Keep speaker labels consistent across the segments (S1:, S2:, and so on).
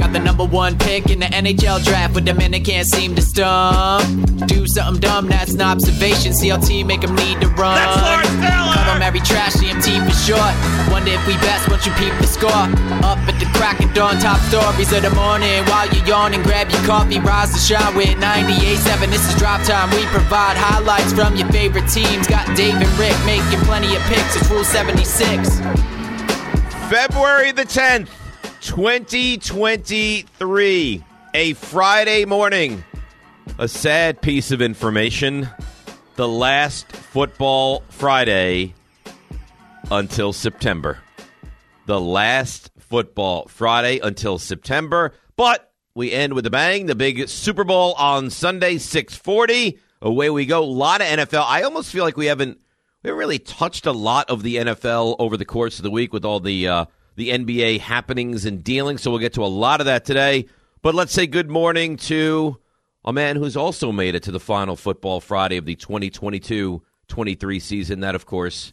S1: Got the number one pick in the NHL draft, but the minute can't seem to stump. Do something dumb, that's an observation. CLT make 'em need to run. That's Lawrence Call 'em every trash CMT for short. Wonder if we best once you peep the score. Up at the crack of dawn, top stories of the morning. While you're yawning, grab your coffee, rise to shine with 98.7. This is drop time. We provide highlights from your favorite teams. Got Dave and Rick making plenty of picks. It's Rule 76.
S2: February the 10th, 2023, a Friday morning. A sad piece of information. The last football Friday until September. The last football Friday until September, but we end with a bang. The big Super Bowl on Sunday, 640. Away we go. A lot of NFL. I almost feel like we haven't we haven't really touched a lot of the NFL over the course of the week with all the uh, the NBA happenings and dealings. So we'll get to a lot of that today. But let's say good morning to a man who's also made it to the final football Friday of the 2022-23 season. That, of course,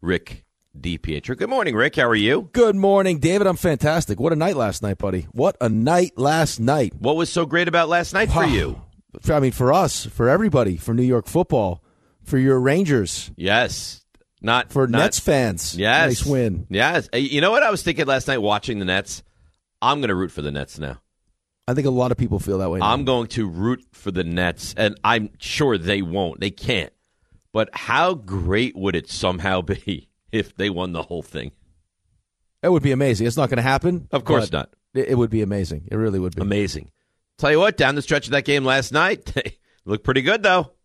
S2: Rick DiPietro. Good morning, Rick. How are you?
S3: Good morning, David. I'm fantastic. What a night last night, buddy. What a night last night.
S2: What was so great about last night for you?
S3: For- I mean, for us, for everybody, for New York football, for your Rangers,
S2: Yes. Not
S3: for
S2: not,
S3: Nets fans.
S2: Yes.
S3: Nice win.
S2: Yes. Uh, You know what I was thinking last night watching the Nets? I'm going to root for the Nets now.
S3: I think a lot of people feel that way. now.
S2: I'm going to root for the Nets, and I'm sure they won't. They can't. But how great would it somehow be if they won the whole thing?
S3: It would be amazing. It's not going to happen.
S2: Of course
S3: but
S2: not.
S3: It, it would be amazing. It really would be.
S2: Amazing. Tell you what, down the stretch of that game last night, they looked pretty good, though.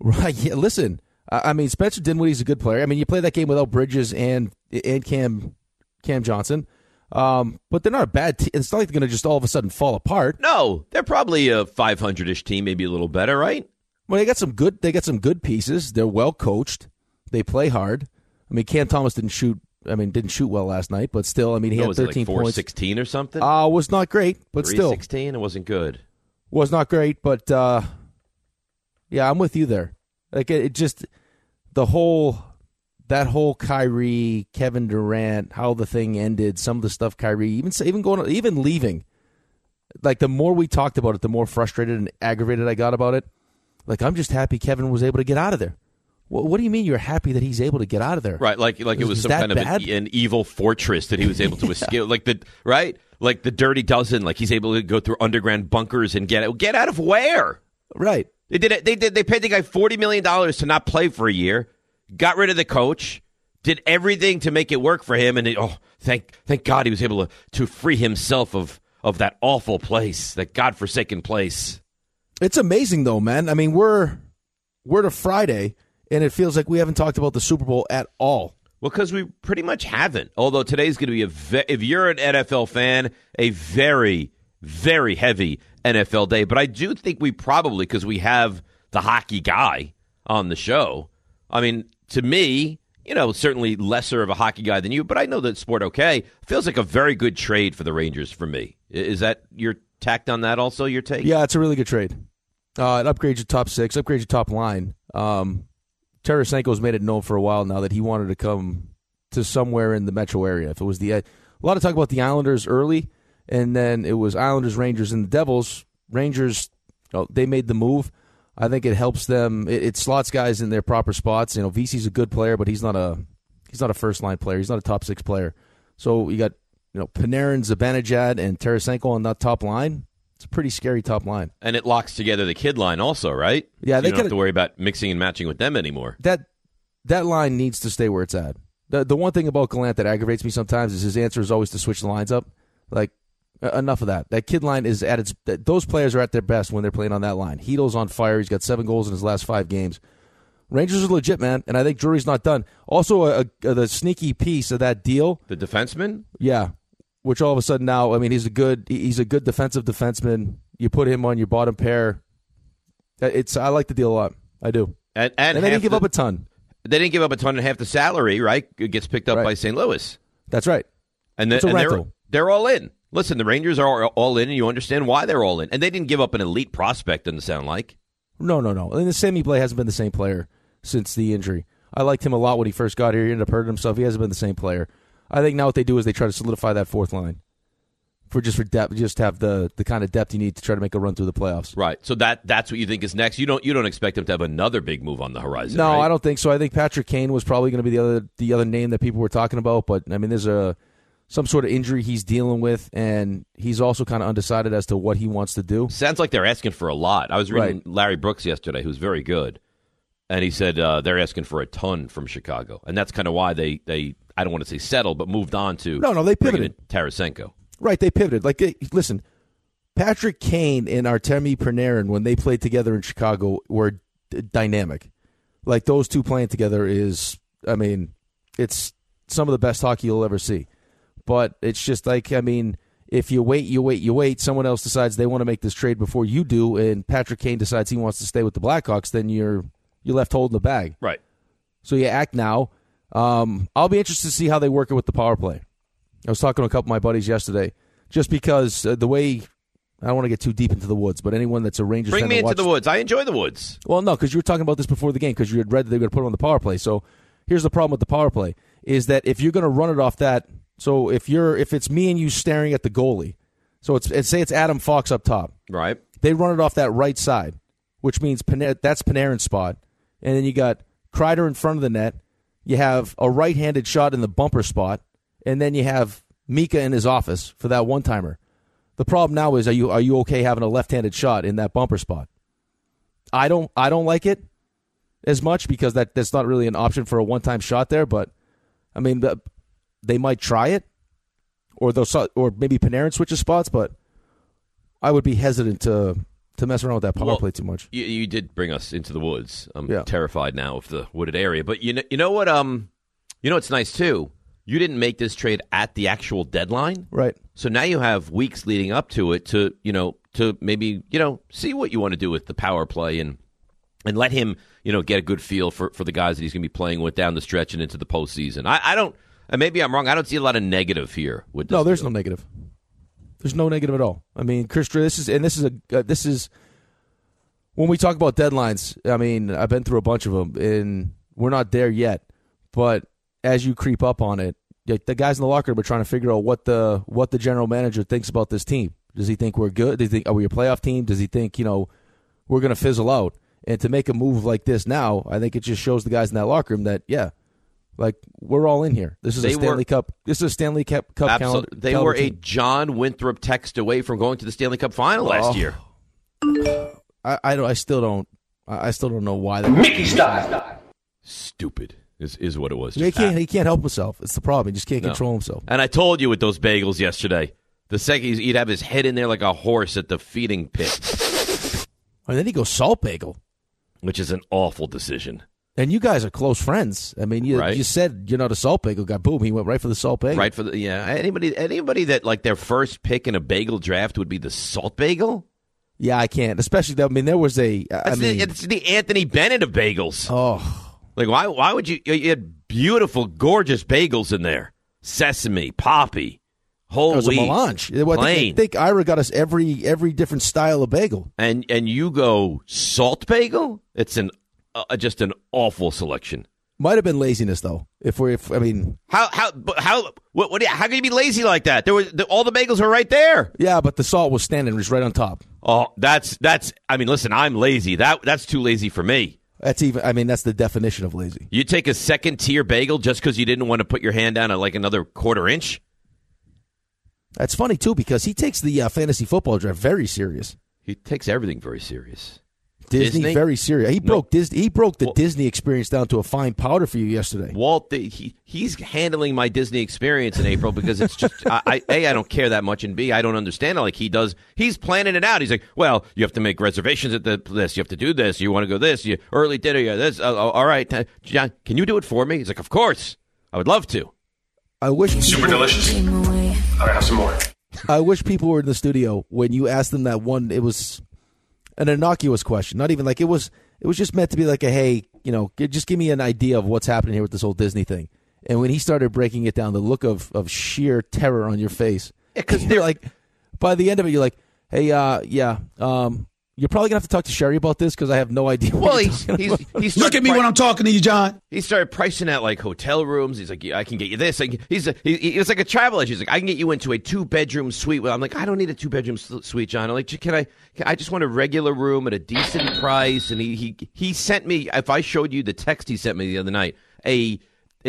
S3: Right. Yeah. Listen, I, I mean, Spencer Dinwiddie's a good player. I mean, you play that game without Bridges and and Cam Cam Johnson, um, but they're not a bad team. It's not like they're going to just all of a sudden fall apart.
S2: No, they're probably a 500 ish team, maybe a little better, right?
S3: Well, they got some good. They got some good pieces. They're well coached. They play hard. I mean, Cam Thomas didn't shoot. I mean, didn't shoot well last night, but still, I mean, he
S2: What
S3: had
S2: was it,
S3: thirteen
S2: like 4
S3: points.
S2: 16 or something?
S3: Uh, was not great, but
S2: Three
S3: still
S2: 16? It wasn't good.
S3: was not great. But uh, yeah, I'm with you there. Like it, it just the whole that whole Kyrie, Kevin Durant, how the thing ended, some of the stuff Kyrie, even even going, even leaving. Like the more we talked about it, the more frustrated and aggravated I got about it. Like I'm just happy Kevin was able to get out of there. What, what do you mean you're happy that he's able to get out of there?
S2: Right, like like it was
S3: Was- was
S2: some
S3: that
S2: kind of an,
S3: bad?
S2: an evil fortress that he was able to escape. Like the right, like the Dirty Dozen. Like he's able to go through underground bunkers and get out. Get out of where?
S3: right.
S2: They did it. They did. They paid the guy forty million dollars to not play for a year. Got rid of the coach. Did everything to make it work for him. And it, oh, thank thank God he was able to to free himself of of that awful place, that godforsaken place.
S3: It's amazing though, man. I mean, we're we're to Friday, and it feels like we haven't talked about the Super Bowl at all.
S2: Well, because we pretty much haven't. Although today's going to be a ve- if you're an NFL fan, a very very heavy NFL day. But I do think we probably because we have the hockey guy on the show. I mean, to me, you know, certainly lesser of a hockey guy than you, but I know that sport okay feels like a very good trade for the Rangers for me. I- Is that your tact on that? Also, your take?
S3: Yeah, it's a really good trade. Uh, it upgrades your top six, upgrades your top line. Um, Tarasenko's made it known for a while now that he wanted to come to somewhere in the metro area. If it was the uh, a lot of talk about the Islanders early, and then it was Islanders, Rangers, and the Devils. Rangers, oh, they made the move. I think it helps them. It, it slots guys in their proper spots. You know, VC's a good player, but he's not a he's not a first line player. He's not a top six player. So you got you know Panarin, Zibanejad, and Tarasenko on that top line. It's a pretty scary top line.
S2: And it locks together the kid line also, right?
S3: Yeah,
S2: So
S3: they
S2: you don't have
S3: coulda-
S2: to worry about mixing and matching with them anymore.
S3: that that line needs to stay where it's at. The the one thing about Gallant that aggravates me sometimes is his answer is always to switch the lines up. Like e- enough of that. That kid line is at its. that- Those players are at their best when they're playing on that line. Hedo's on fire. He's got seven goals in his last five games. Rangers are legit, man, and I think Drury's not done. Also, a, a, the sneaky piece of that deal
S2: The defenseman,
S3: yeah, which all of a sudden now, I mean, he's a good he- he's a good defensive defenseman. You put him on your bottom pair. Uh, It's I like the deal a lot. I do.
S2: And, and,
S3: And they
S2: half
S3: didn't give
S2: the-
S3: up a ton.
S2: they didn't give up a ton and half the salary, right? It gets picked up
S3: Right.
S2: by St. Louis.
S3: That's right.
S2: And, the,
S3: a
S2: and they're,
S3: rental.
S2: they're all in. Listen, the Rangers are all in, and you understand why they're all in. And they didn't give up an elite prospect, doesn't sound like.
S3: No, no, no. And the Sammy Blay hasn't been the same player since the injury. I liked him a lot when he first got here. He ended up hurting himself. He hasn't been the same player. I think now what they do is they try to solidify that fourth line for just for depth, just have the the kind of depth you need to try to make a run through the playoffs.
S2: Right. So that that's what you think is next. You don't you don't expect them to have another big move on the horizon.
S3: No,
S2: right?
S3: I don't think so. I think Patrick Kane was probably going to be the other the other name that people were talking about. But I mean, there's a some sort of injury he's dealing with, and he's also kind of undecided as to what he wants to do.
S2: Sounds like they're asking for a lot. I was reading
S3: Right.
S2: Larry Brooks yesterday, who's very good, and he said uh, they're asking for a ton from Chicago, and that's kind of why they they I don't want to say settle, but moved on to
S3: No, no, they
S2: bringing
S3: pivoted.
S2: in Tarasenko.
S3: Right, they pivoted. Like, they, listen, Patrick Kane and Artemi Panarin, when they played together in Chicago, were d- dynamic. Like those two playing together is, I mean, it's some of the best hockey you'll ever see. But it's just like, I mean, if you wait, you wait, you wait, someone else decides they want to make this trade before you do, and Patrick Kane decides he wants to stay with the Blackhawks, then you're you're left holding the bag.
S2: Right.
S3: So you act now. Um, I'll be interested to see how they work it with the power play. I was talking to a couple of my buddies yesterday, just because uh, the way I don't want to get too deep into the woods, but anyone that's a Rangers
S2: Bring
S3: fan
S2: me
S3: that
S2: into
S3: watched-
S2: the woods. I enjoy the woods.
S3: well, no, because you were talking about this before the game because you had read that they were going to put it on the power play. So here's the problem with the power play is that if you're going to run it off that, so if you're if it's me and you staring at the goalie, so it's, it's say it's Adam Fox up top,
S2: Right.
S3: they run it off that right side, which means Pana- that's Panarin's spot. And then you got Kreider in front of the net. You have a right handed shot in the bumper spot. And then you have Mika in his office for that one timer. The problem now is are you are you okay having a left handed shot in that bumper spot? I don't I don't like it as much because that, that's not really an option for a one time shot there, but I mean the, they might try it. Or they'll so- or maybe Panarin switches spots, but I would be hesitant to to mess around with that power
S2: Well,
S3: play too much.
S2: You, you did bring us into the woods. I'm
S3: Yeah.
S2: terrified now of the wooded area. But you know, you know what? Um, you know what's nice too. You didn't make this trade at the actual deadline,
S3: Right.
S2: so now you have weeks leading up to it to you know to maybe you know see what you want to do with the power play and and let him you know get a good feel for for the guys that he's going to be playing with down the stretch and into the postseason. I, I don't. And maybe I'm wrong. I don't see a lot of negative here with this.
S3: No, there's
S2: deal.
S3: no negative. There's no negative at all. I mean, Chris, Dre- this is and this is a uh, this is when we talk about deadlines. I mean, I've been through a bunch of them, and we're not there yet. But as you creep up on it, like, the guys in the locker room are trying to figure out what the what the general manager thinks about this team. Does he think we're good? Does he think are we a playoff team? Does he think you know we're going to fizzle out? And to make a move like this now, I think it just shows the guys in that locker room that yeah, like we're all in here. This is a
S2: They were-
S3: Stanley Cup. This is a Stanley Cup Cup
S2: Absolutely.
S3: calendar.
S2: They
S3: calendar
S2: were a
S3: team.
S2: John Winthrop text away from going to the Stanley Cup final last
S3: Oh.
S2: year.
S3: I, I don't. I still don't. I I still don't know why. That,
S2: Stupid is, is what it was.
S3: he
S2: Just
S3: can't. He can't help himself. It's the problem. He just can't
S2: No.
S3: control himself.
S2: And I told you with those bagels yesterday, the second he's- he'd have his head in there like a horse at the feeding pit,
S3: And then he goes salt bagel.
S2: which is an awful decision.
S3: And you guys are close friends. I mean, you
S2: Right.
S3: you said you're not a salt bagel guy. Boom. He went right for the salt bagel.
S2: Right for the yeah. Anybody anybody that like their first pick in a bagel draft would be the salt bagel.
S3: Yeah, I can't. Especially. that- I mean, there was a. I
S2: That's
S3: mean,
S2: the, it's the Anthony Bennett of bagels.
S3: oh,
S2: Like why why would you? You had beautiful, gorgeous bagels in there: sesame, poppy, whole
S3: it was
S2: wheat,
S3: a melange. It was- I think-
S2: plain.
S3: I think Ira got us every every different style of bagel.
S2: and and you go salt bagel. It's an uh, just an awful selection.
S3: Might have been laziness though. If we're, if I mean,
S2: How how but how what, what how can you be lazy like that? There was the, all the bagels were right there.
S3: yeah, but the salt was standing just right on top.
S2: Oh, that's that's. I mean, listen, I'm lazy. That that's too lazy for me.
S3: That's even. I mean, that's the definition of lazy.
S2: You take a second tier bagel just because you didn't want to put your hand down at like another quarter inch.
S3: That's funny too because he takes the uh, fantasy football draft very serious.
S2: He takes everything very serious.
S3: Disney,
S2: Disney?
S3: very serious. He broke Disney. He broke the
S2: Well-
S3: Disney experience down to a fine powder for you yesterday.
S2: Walt, the, he he's handling my Disney experience in April because it's just I, I a I don't care that much, and b I don't understand it like he does. He's planning it out. He's like, well, you have to make reservations at the this. You have to do this. You want to go this. You early dinner. You this. Oh, oh, all right, Uh, John, can you do it for me? He's like, of course, I would love to.
S3: I wish.
S4: Super delicious. I'm gonna have some more.
S3: I wish people were in the studio when you asked them that one. It was an innocuous question, not even like it was. It was just meant to be like a hey, you know, g- just give me an idea of what's happening here with this whole Disney thing. And when he started breaking it down, the look of, of sheer terror on your face. Because they're like, by the end of it, you're like, hey, uh, yeah, um, you're probably gonna have to talk to Sherry about this because I have no idea.
S2: Well,
S3: what you're
S2: he's,
S3: talking
S2: he's,
S3: about.
S2: he's
S5: Look at me when I'm talking to you, John.
S2: He started pricing out like hotel rooms. He's like, yeah, I can get you this. I can, he's a, he, he- it's like a travel agent. He's like, I can get you into a two bedroom suite. Well, I'm like, I don't need a two bedroom suite, John. I'm like, "J- can I? Can, I just want a regular room at a decent price. And he, he he sent me. If I showed you the text he sent me the other night, a, a-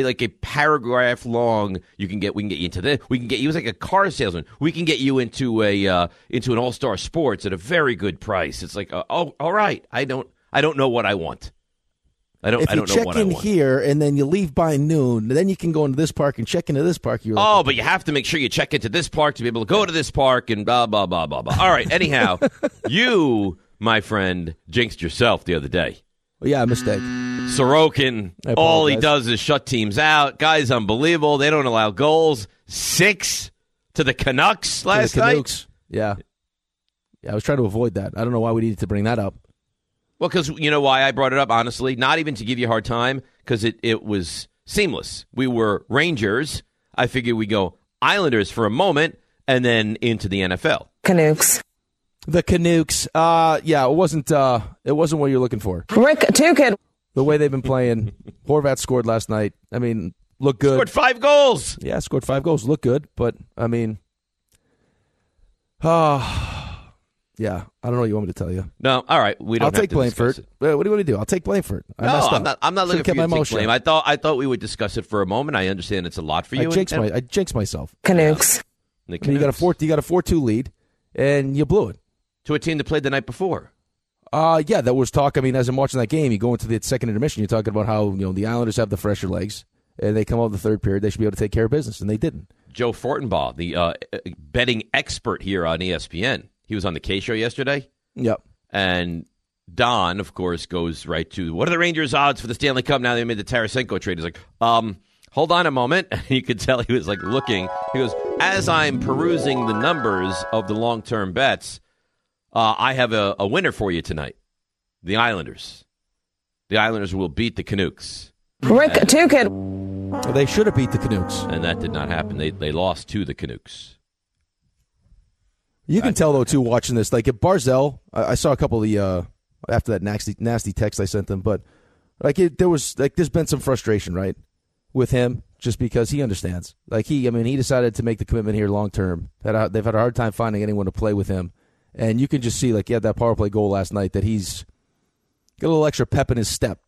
S2: like a paragraph long. You can get. We can get you into this. We can get you. He was like a car salesman. We can get you into a uh, into an all star sports at a very good price. It's like, uh, oh, all right. I don't. I don't know what I want. I don't.
S3: if
S2: I
S3: you
S2: don't know
S3: check
S2: what I
S3: in
S2: want.
S3: here and then you leave by noon, then you can go into this park and check into this park. You're like,
S2: Oh, but you have to make sure you check into this park to be able to go to this park and blah blah blah blah blah. All right. Anyhow, you, my friend, jinxed yourself the other day.
S3: "Well, oh, yeah, mistake.
S2: Sorokin,
S3: I apologize.
S2: all he does is shut teams out. Guys, unbelievable. They don't allow goals. Six to the Canucks
S3: To the
S2: last night.
S3: Canucks. Yeah. Yeah, I was trying to avoid that. I don't know why we needed to bring that up.
S2: Well, because you know why I brought it up. Honestly, not even to give you a hard time, because it it was seamless. We were Rangers. I figured we go Islanders for a moment, and then into the NFL.
S6: Canucks.
S3: The Canucks. Uh yeah, it wasn't uh it wasn't what you're looking for.
S6: Rick Tukin.
S3: The way they've been playing. Horvat scored last night. I mean, looked good.
S2: Scored five goals.
S3: Yeah, scored five goals, looked good, but I mean uh, yeah, I don't know what you want me to tell you.
S2: No, all right, we don't.
S3: I'll
S2: have
S3: take
S2: to
S3: blame for
S2: discuss
S3: it. Uh, What do you want to do? I'll take blame for it. I
S2: No,
S3: messed
S2: I'm
S3: up.
S2: not. I'm not looking
S3: Should've
S2: for
S3: kept
S2: you
S3: my
S2: to
S3: mouth
S2: take
S3: shut.
S2: blame. I thought. I thought we would discuss it for a moment. I understand it's a lot for you.
S3: I
S2: and-
S3: jinxed,
S2: and
S3: my, I jinxed myself.
S6: Canucks.
S2: the
S3: I mean, you got a
S2: Canucks.
S3: four. You got a four-two lead, and you blew it.
S2: to a team that played the night before.
S3: Uh, yeah, that was talk. I mean, as I'm watching that game, you go into the second intermission, you're talking about how, you know, the Islanders have the fresher legs, and they come out the third period, they should be able to take care of business, and they didn't.
S2: Joe Fortenbaugh, the uh, betting expert here on E ESPN, he was on the K show yesterday,
S3: Yep.
S2: and Don, of course, goes right to what are the Rangers' odds for the Stanley Cup now? They made the Tarasenko trade. He's like, um, hold on a moment. And you could tell he was like looking. He goes, as I'm perusing the numbers of the long-term bets, uh, I have a, a winner for you tonight. The Islanders. The Islanders will beat the Canucks,
S6: Rick Tukin.
S3: Well, they should have beat the Canucks.
S2: and that did not happen. They they lost to the Canucks.
S3: You can tell though too watching this. Like if Barzell, I, I saw a couple of the uh, after that nasty nasty text I sent them, but like it, there was like there's been some frustration right with him just because he understands. Like he, I mean, he decided to make the commitment here long term. That uh, they've had a hard time finding anyone to play with him, and you can just see like he had that power play goal last night that he's got a little extra pep in his step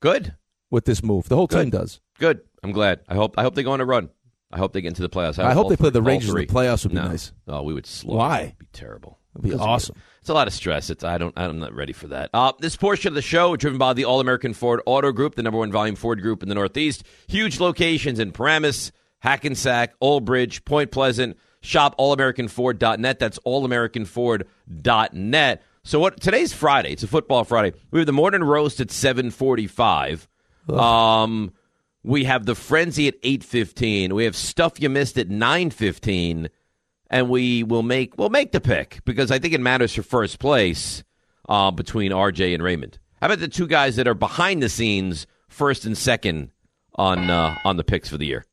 S2: Good.
S3: with this move. The whole team
S2: Good.
S3: does.
S2: Good. I'm glad. I hope. I hope they go on a run. I hope they get into the playoffs.
S3: I hope
S2: all
S3: they play the
S2: all
S3: Rangers in the
S2: three.
S3: playoffs would be
S2: No.
S3: nice.
S2: Oh, we would slow.
S3: Why?
S2: It'd be terrible.
S3: It'd be
S2: It's
S3: awesome.
S2: weird. It's a lot of stress. It's I don't. I'm not ready for that. Uh, this portion of the show driven by the All American Ford Auto Group, the number one volume Ford group in the Northeast. Huge locations in Paramus, Hackensack, Old Bridge, Point Pleasant. Shop allamericanford.net. That's allamericanford.net. So what? Today's Friday. It's a football Friday. We have the morning roast at 7:45. Um. We have the frenzy at eight fifteen. We have stuff you missed at nine fifteen, and we will make we'll make the pick because I think it matters for first place uh, between RJ and Raymond. How about the two guys that are behind the scenes, first and second on uh, on the picks for the year?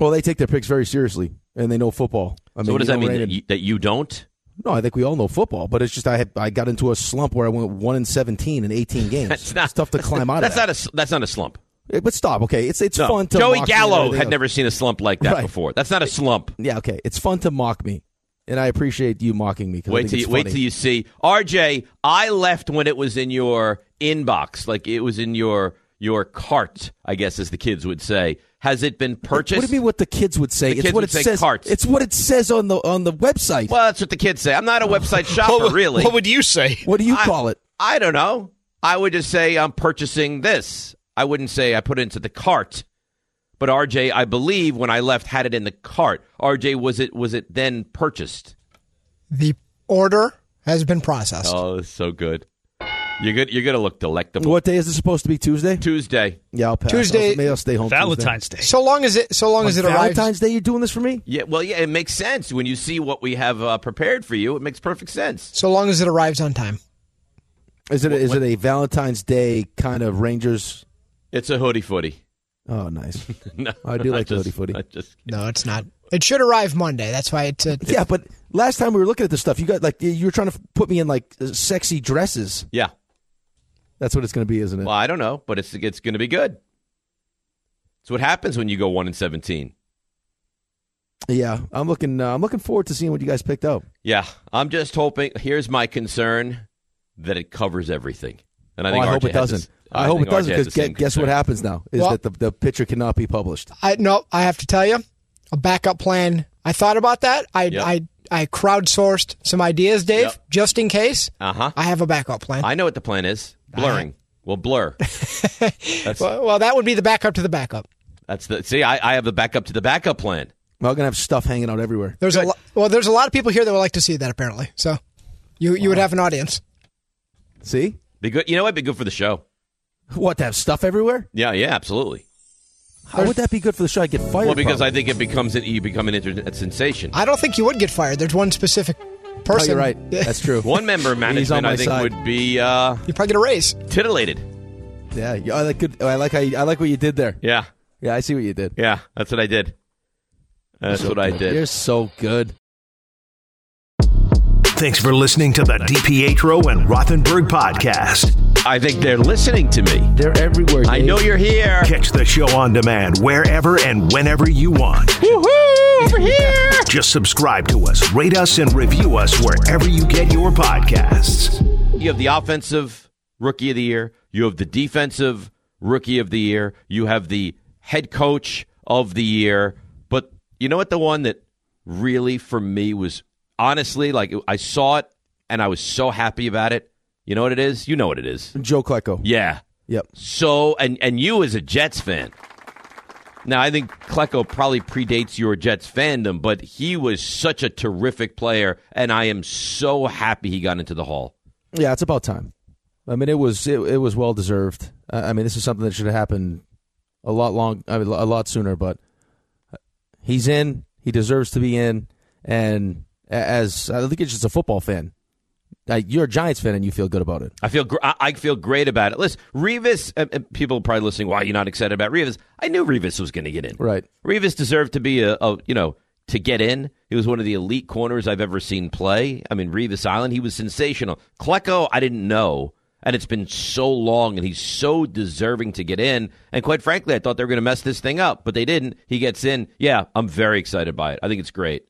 S3: Well, they take their picks very seriously, and they know football. I mean,
S2: So what does
S3: you
S2: that
S3: know,
S2: mean
S3: Raymond-
S2: that you, that you don't?
S3: No, I think we all know football, but it's just I had, I got into a slump where I went one and seventeen in eighteen games. it's tough to climb out
S2: That's
S3: of.
S2: not a s- that's not a slump.
S3: That. But stop, okay? It's it's
S2: No.
S3: fun to
S2: Joey
S3: mock me and
S2: Gallo
S3: everything
S2: had
S3: else.
S2: never seen a slump like that
S3: Right.
S2: before. That's not a slump.
S3: Yeah, okay. It's fun to mock me, and I appreciate you mocking me. 'cause I
S2: Wait
S3: think
S2: till
S3: it's
S2: you, wait
S3: funny.
S2: till you see RJ. I left when it was in your inbox, like it was in your your cart, I guess, as the kids would say. Has it been purchased?
S3: What do you mean? What the kids would say?
S2: The
S3: it's
S2: kids
S3: what
S2: would
S3: it
S2: say
S3: says.
S2: carts.
S3: It's what it says on the on the website.
S2: Well, that's what the kids say. I'm not a website shopper, really.
S7: What would you say?
S3: what do you
S2: I-
S3: call it?
S2: I don't know. I would just say I'm purchasing this. I wouldn't say I put it into the cart. But RJ, I believe when I left, had it in the cart. RJ, was it was it then purchased?
S7: The order has been processed.
S2: Oh, that's so good. You're good. You're gonna look delectable.
S3: What day is this supposed to be? Tuesday.
S2: Tuesday?
S3: Yeah, I'll pass.
S7: Tuesday-
S3: I'll, maybe I'll stay home. Tuesday.
S7: Valentine's Day. So long as it so long as it arrives.
S3: Valentine's Day. You're doing this for me?
S2: Yeah, well, yeah, it makes sense when you see what we have uh, prepared for you. It makes perfect sense.
S7: So long as it arrives on time.
S3: Is it is it a Valentine's Day kind of Rangers?
S2: It's a hoodie footy.
S3: Oh, nice.
S2: No,
S3: I do like the
S2: just-
S3: hoodie footy.
S2: I just-
S7: No, it's not. It should arrive Monday. That's why it's uh, a,
S3: yeah, but last time we were looking at this stuff, you got like you were trying to put me in like sexy dresses.
S2: yeah.
S3: That's what it's going to be, isn't it?
S2: Well, I don't know, but it's it's going to be good. It's what happens when you go one and seventeen.
S3: Yeah, I'm looking. Uh, I'm looking forward to seeing what you guys picked up.
S2: Yeah, I'm just hoping. Here's my concern that it covers everything, and I think
S3: Oh, I hope
S2: RJ
S3: it
S2: has
S3: doesn't.
S2: this-
S3: I, hope it
S2: think RJ
S3: doesn't
S2: has
S3: because
S2: the same
S3: guess what
S2: concern.
S3: happens now is
S7: Well-
S3: that the, the picture cannot be published.
S7: I no, I have to tell you, a backup plan. I thought about that. I
S2: Yep.
S7: I I crowdsourced some ideas, Dave,
S2: Yep.
S7: just in case.
S2: Uh-huh.
S7: I have a backup plan.
S2: I know what the plan is. Blurring. We'll blur. that's
S7: well, well, that would be the backup to the backup.
S2: that's the see. I, I have the backup to the backup plan.
S3: We're all gonna have stuff hanging out everywhere.
S7: There's a lo- well, there's a lot of people here that would like to see that apparently. So, you you would have an audience.
S3: See
S2: Be good. You know what? Be good for the show.
S3: what to have stuff everywhere?
S2: Yeah, yeah, absolutely.
S3: How would that be good for the show? I get fired.
S2: Well, because
S3: probably.
S2: I think it becomes an, you become an internet sensation.
S7: I don't think you would get fired. There's one specific person.
S3: Oh, you're right. That's true.
S2: One member of
S3: He's
S2: management,
S3: on my
S2: I think,
S3: side.
S2: would be uh,
S7: You probably get a raise.
S2: titillated.
S3: Yeah, yeah, I like good. I like how you, I like what you did there.
S2: Yeah,
S3: Yeah, I see what you did.
S2: yeah, that's what I did. That's
S3: So
S2: what I
S3: good.
S2: did.
S3: You're so good.
S8: Thanks for listening to the DPetro and Rothenberg podcast.
S2: I think they're listening to me.
S3: They're everywhere.
S2: I
S3: Dave.
S2: know you're here.
S8: Catch the show on demand wherever and whenever you want.
S2: Woohoo! Over here.
S8: Just subscribe to us, rate us, and review us wherever you get your podcasts.
S2: You have the offensive rookie of the year. You have the defensive rookie of the year. You have the head coach of the year. But you know what? The one that really, for me, was honestly like I saw it and I was so happy about it. You know what it is? You know what it is.
S3: Joe Klecko.
S2: Yeah.
S3: Yep.
S2: So, and and you as a Jets fan. Now, I think Klecko probably predates your Jets fandom, but he was such a terrific player, and I am so happy he got into the Hall.
S3: Yeah, it's about time. I mean, it was it, it was well deserved. Uh, I mean, this is something that should have happened a lot long, I mean, a lot sooner. But he's in. He deserves to be in. And a- as I think it's just a football fan. Uh, you're a Giants fan and you feel good about it.
S2: I feel gr- I, I feel great about it. Listen, Revis, uh, uh, people probably listening. Why are you not excited about Revis? I knew Revis was going to get in.
S3: Right.
S2: Revis deserved to be a, a you know to get in. He was one of the elite corners I've ever seen play. I mean, Revis Island, he was sensational. Klecko, I didn't know, and it's been so long, and he's so deserving to get in. And quite frankly, I thought they were going to mess this thing up, but they didn't. He gets in. Yeah, I'm very excited by it. I think it's great.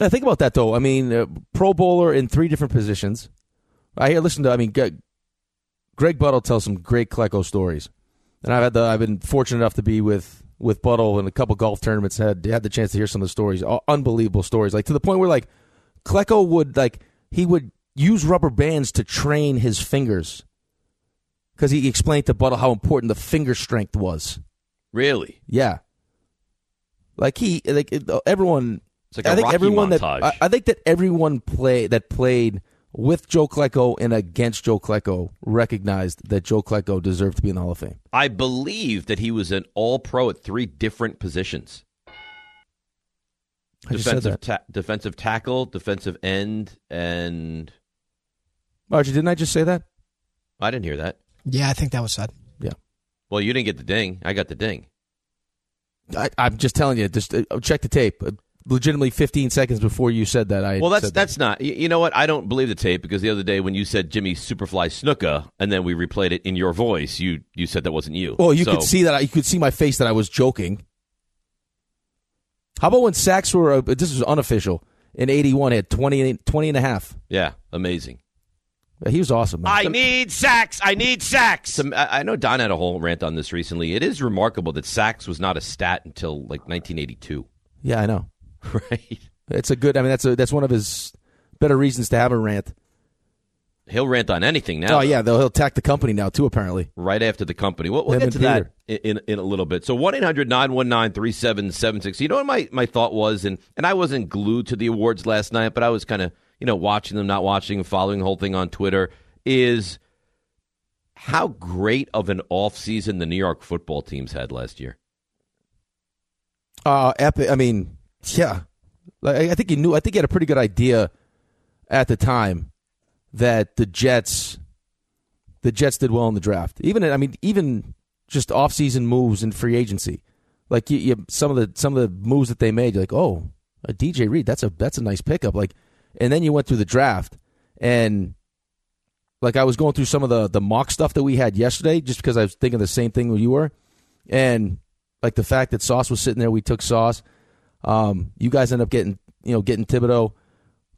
S3: I think about that though. I mean, uh, Pro Bowler in three different positions. I hear, listen to. I mean, Greg, Greg Buttle tells some great Klecko stories, and I've had the. I've been fortunate enough to be with with Buttle in a couple golf tournaments. Had had the chance to hear some of the stories, Uh, unbelievable stories. Like to the point where like Klecko would like he would use rubber bands to train his fingers because he explained to Buttle how important the finger strength was.
S2: Really,
S3: Yeah. Like he, like it- uh, everyone.
S2: It's like
S3: I
S2: a
S3: think
S2: Rocky
S3: everyone
S2: montage.
S3: that I, I think that everyone play that played with Joe Klecko and against Joe Klecko recognized that Joe Klecko deserved to be in the Hall of Fame.
S2: I believe that he was an All-Pro at three different positions.
S3: I just said
S2: defensive
S3: that.
S2: ta- defensive tackle, defensive end, and
S3: Archie, didn't I just say that?
S2: I didn't hear that.
S7: Yeah, I think that was said.
S3: Yeah.
S2: Well, you didn't get the ding. I got the ding.
S3: I, I'm just telling you. Just uh, check the tape. Uh, legitimately, 15 seconds before you said that, I had
S2: Well, that's
S3: said that.
S2: that's not. y- You know what? I don't believe the tape because the other day when you said Jimmy Superfly Snuka and then we replayed it in your voice, you you said that wasn't you.
S3: Well, you
S2: So-
S3: could see that. I, you could see my face that I was joking. How about when sacks were? Uh, this was unofficial. In 81, had 20, 20 and a half.
S2: Yeah, amazing.
S3: Yeah, He was awesome. Man.
S2: need sacks. I need sacks. Some, I, I know Don had a whole rant on this recently. It is remarkable that sacks was not a stat until like 1982,
S3: yeah, I know.
S2: right?
S3: It's a good. I mean, that's a that's one of his better reasons to have a rant.
S2: He'll rant on anything now.
S3: Oh yeah, though he'll attack the company now too. Apparently,
S2: right after the company. We'll, we'll
S3: Them
S2: get
S3: and
S2: to that in, in, in a little bit. So 1 800 919 3776. You know what my, my thought was? And, and I wasn't glued to the awards last night, but I was kind of, you know, watching them, not watching, following the whole thing on Twitter. Is how great of an offseason the New York football teams had last year.
S3: uh, epic. I mean, yeah, like, I I think he knew. I think he had a pretty good idea at the time that the Jets the Jets did well in the draft. Even I mean, even just offseason moves and free agency, like you, you, some of the some of the moves that they made, you're like, oh, a DJ Reed, that's a that's a nice pickup. Like, and then you went through the draft, and like I was going through some of the the mock stuff that we had yesterday, just because I was thinking the same thing you were, and like the fact that Sauce was sitting there, we took Sauce. Um, you guys end up getting you know getting Thibodeau,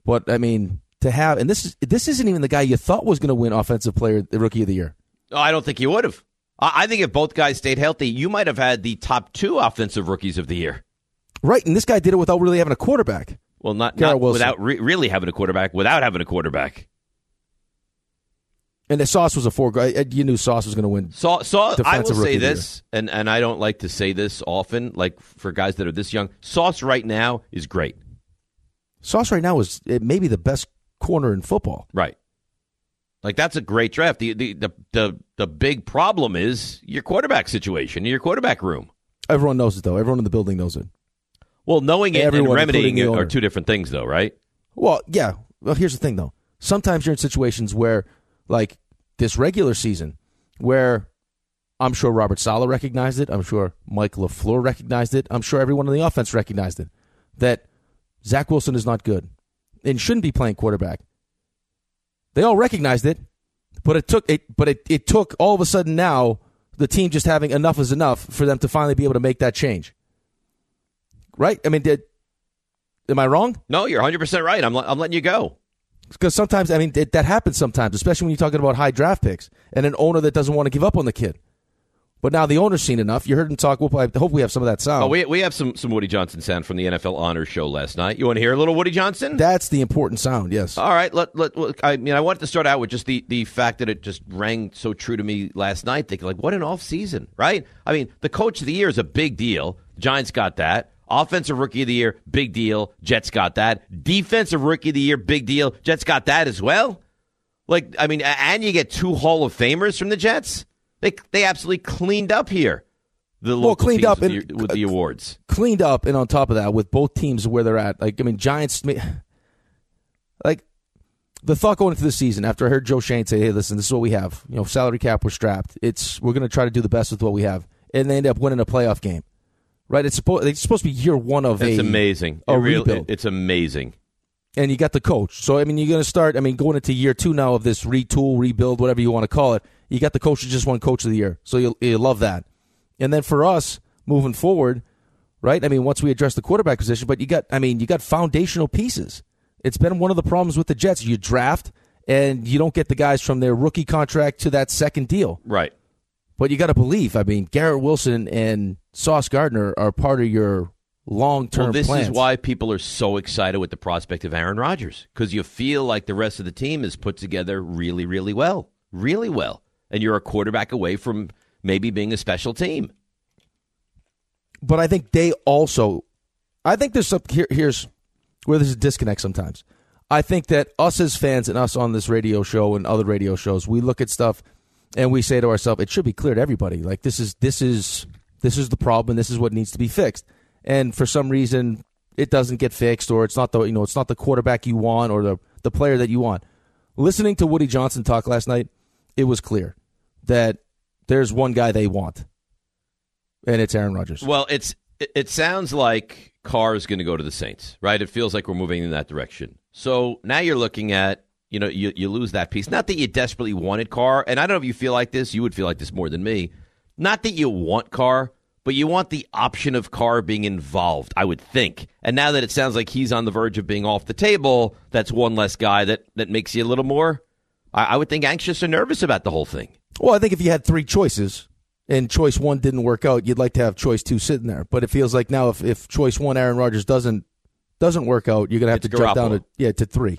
S3: but I mean to have and this is this isn't even the guy you thought was going to win offensive player the rookie of the year.
S2: No, Oh, I don't think you would have. I, I think if both guys stayed healthy, you might have had the top two offensive rookies of the year.
S3: Right, and this guy did it without really having a quarterback.
S2: Well, not,
S3: Garrett
S2: not
S3: Wilson.
S2: without re- really having a quarterback, without having a quarterback.
S3: And the Sauce was a four guy. You knew Sauce was going to win.
S2: Saw, saw, I will
S3: Defensive rookie
S2: say
S3: of the
S2: this, and, and I don't like to say this often, like for guys that are this young. Sauce right now is great.
S3: Sauce right now is it maybe the best corner in football.
S2: Right. Like that's a great draft. The the the the, the big problem is your quarterback situation, your quarterback room.
S3: Everyone knows it though. Everyone in the building knows it.
S2: Well, knowing it
S3: Everyone,
S2: and remedying
S3: including
S2: it
S3: the
S2: are
S3: owner.
S2: two different things, though, right?
S3: Well, yeah. Well, here's the thing though. Sometimes you're in situations where, like this regular season, where I'm sure Robert Sala recognized it. I'm sure Mike LaFleur recognized it. I'm sure everyone in the offense recognized it. That Zach Wilson is not good and shouldn't be playing quarterback. They all recognized it, but it took it but it, it took all of a sudden now the team just having enough is enough for them to finally be able to make that change. Right? I mean, did am I wrong?
S2: No, you're 100 percent right. I'm le- I'm letting you go.
S3: because sometimes I mean it, that happens sometimes, especially when you're talking about high draft picks and an owner that doesn't want to give up on the kid. But now the owner's seen enough. You heard him talk. We'll probably, hope we have some of that sound.
S2: Oh, we we have some some Woody Johnson sound from the NFL Honors Show last night. You want to hear a little Woody Johnson?
S3: That's the important sound. Yes.
S2: All right, let let. Look, I mean, I wanted to start out with just the the fact that it just rang so true to me last night. Thinking like, what an off season, right? I mean, the coach of the year is a big deal. Giants got that. Offensive rookie of the year, big deal. Jets got that. Defensive rookie of the year, big deal. Jets got that as well. Like, I mean, a- and you get two Hall of Famers from the Jets. They they absolutely cleaned up here. The local
S3: cleaned
S2: teams
S3: up
S2: with,
S3: and-
S2: the, with the awards.
S3: Cleaned up, and on top of that, with both teams where they're at. Like I mean, Giants. ma- Like the thought going into the season after I heard Joe Shane say, "Hey, listen, this is what we have. You know, salary cap, we're strapped. It's we're going to try to do the best with what we have," and they end up winning a playoff game. Right? It's supposed it's supposed to be year one of
S2: It's
S3: a
S2: amazing.
S3: a
S2: It real-
S3: rebuild.
S2: it- it's amazing.
S3: and you got the coach. So I mean, you're going to start. I mean, going into year two now of this retool, rebuild, whatever you want to call it. You got the coach who just won Coach of the Year, so you you love that. And then for us moving forward, right? I mean, once we address the quarterback position, but you got, I mean, you got foundational pieces. It's been one of the problems with the Jets. You draft and you don't get the guys from their rookie contract to that second deal.
S2: Right.
S3: But you got to believe. I mean, Garrett Wilson and Sauce Gardner are part of your long term.
S2: Well, this
S3: plans.
S2: is why people are so excited with the prospect of Aaron Rodgers because you feel like the rest of the team is put together really, really well, really well, and you're a quarterback away from maybe being a special team.
S3: but I think they also, I think there's some here, here's where there's a disconnect sometimes. I think that us as fans and us on this radio show and other radio shows, we look at stuff and we say to ourselves, it should be clear to everybody. Like this is this is this is the problem. This is what needs to be fixed. And for some reason, it doesn't get fixed, or it's not the you know it's not the quarterback you want or the the player that you want. Listening to Woody Johnson talk last night, it was clear that there's one guy they want, and it's Aaron Rodgers.
S2: Well, it's it, it sounds like Carr is going to go to the Saints, right? It feels like we're moving in that direction. So now you're looking at you know you you lose that piece. Not that you desperately wanted Carr, and I don't know if you feel like this. You would feel like this more than me. Not that you want Carr, but you want the option of Carr being involved. I would think. And now that it sounds like he's on the verge of being off the table, that's one less guy that that makes you a little more. I, I would think anxious or nervous about the whole thing.
S3: Well, I think if you had three choices and choice one didn't work out, you'd like to have choice two sitting there. But it feels like now if, if choice one Aaron Rodgers doesn't doesn't work out, you're gonna have
S2: It's
S3: to jump down
S2: Garoppolo.
S3: to yeah to three.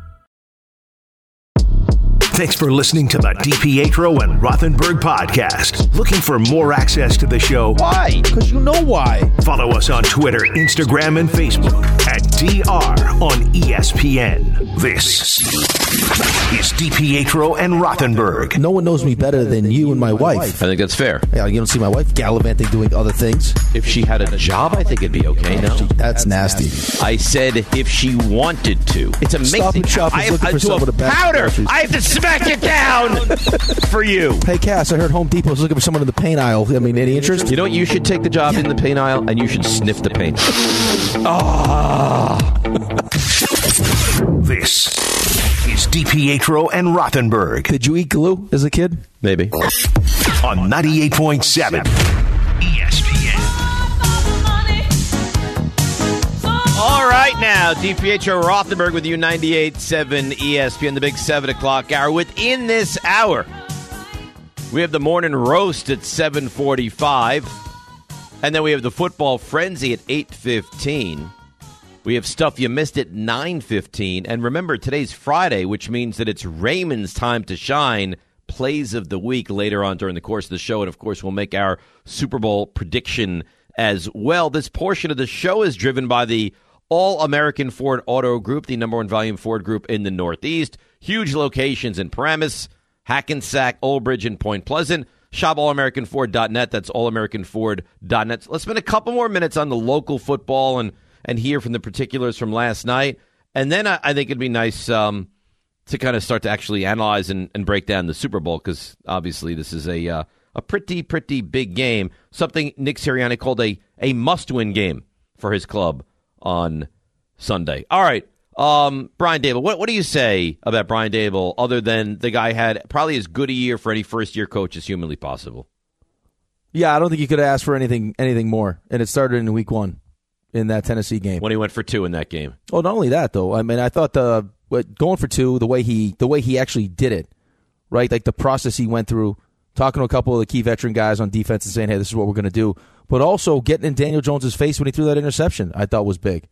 S8: Thanks for listening to the DPetro and Rothenberg podcast. Looking for more access to the show?
S3: Why? Because you know why.
S8: Follow us on Twitter, Instagram, and Facebook at DR on E ESPN. This is DPetro and Rothenberg.
S3: No one knows me better than you and my wife.
S2: I think that's fair.
S3: Yeah, you don't see my wife gallivanting doing other things.
S2: If she had a job, I think it'd be okay. No,
S3: That's nasty.
S2: I said if she wanted to. It's amazing.
S3: Stop and Shop is
S2: I have
S3: looking
S2: I
S3: for
S2: do
S3: someone
S2: a
S3: to back
S2: powder.
S3: groceries.
S2: I have to smack it down for you.
S3: Hey, Cass, I heard Home Depot's looking for someone in the paint aisle. I mean, any interest?
S2: You know what? You should take the job in the paint aisle and you should sniff the paint. Ah.
S8: This is DPetro and Rothenberg
S3: Did you eat glue as a kid?
S2: Maybe.
S8: on 98.7 E ESPN.
S2: All right, now, DPHO Rothenberg with you, 98.7 ESPN, the big 7 o'clock hour. Within this hour, we have the morning roast at 7.45, and then we have the football frenzy at 8.15. We have stuff you missed at 9.15, and remember, today's Friday, which means that it's Raymond's time to shine, plays of the week later on during the course of the show, and of course, we'll make our Super Bowl prediction as well. This portion of the show is driven by the all American Ford Auto Group, the number one volume Ford group in the Northeast. Huge locations in Paramus, Hackensack, Old Bridge, and Point Pleasant. Shop allamericanford.net. That's allamericanford.net. Let's spend a couple more minutes on the local football and, and hear from the particulars from last night. And then I, I think it'd be nice um, to kind of start to actually analyze and, and break down the Super Bowl because obviously this is a uh, a pretty pretty big game. Something Nick Sirianni called a a must win game for his club on Sunday. All right, um, Brian Dable, what what do you say about Brian Dable other than the guy had probably as good a year for any first year coach as humanly possible?
S3: Yeah, I don't think you could ask for anything anything more. And it started in week one in that Tennessee game.
S2: When he went for two in that game,
S3: Well, Oh, not only that though. I mean, I thought the what- going for two, the way he the way he actually did it, right? Like the process he went through, talking to a couple of the key veteran guys on defense and saying, "Hey, this is what we're going to do," but also getting in Daniel Jones's face when he threw that interception, I thought was big.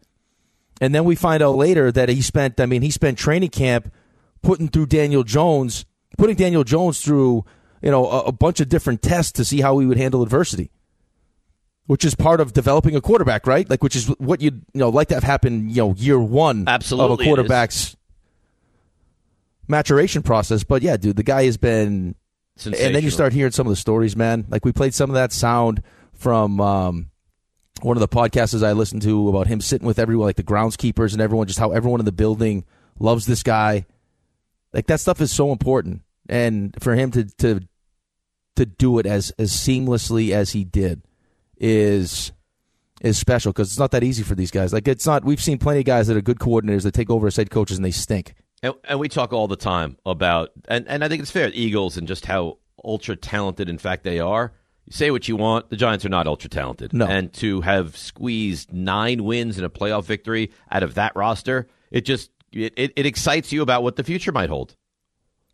S3: And then we find out later that he spent. I mean, he spent training camp putting through Daniel Jones, putting Daniel Jones through you know a, a bunch of different tests to see how he would handle adversity which is part of developing a quarterback, right? Like, which is what you'd you know like to have happen, you know, year one
S2: Absolutely it
S3: of a
S2: is.
S3: quarterback's maturation process. But yeah, dude, the guy has been, and then you
S2: Sensational.
S3: start hearing some of the stories, man. Like we played some of that sound from um, one of the podcasts I listened to about him sitting with everyone, like the groundskeepers and everyone, just how everyone in the building loves this guy. Like that stuff is so important, and for him to to to do it as as seamlessly as he did is is special because it's not that easy for these guys. Like it's not. We've seen plenty of guys that are good coordinators that take over as head coaches and they stink.
S2: And, and we talk all the time about, and, and I think it's fair, Eagles and just how ultra talented, in fact, they are. You say what you want, the Giants are not ultra talented.
S3: No.
S2: And to have squeezed nine wins and a playoff victory out of that roster, it just it, it, it excites you about what the future might hold.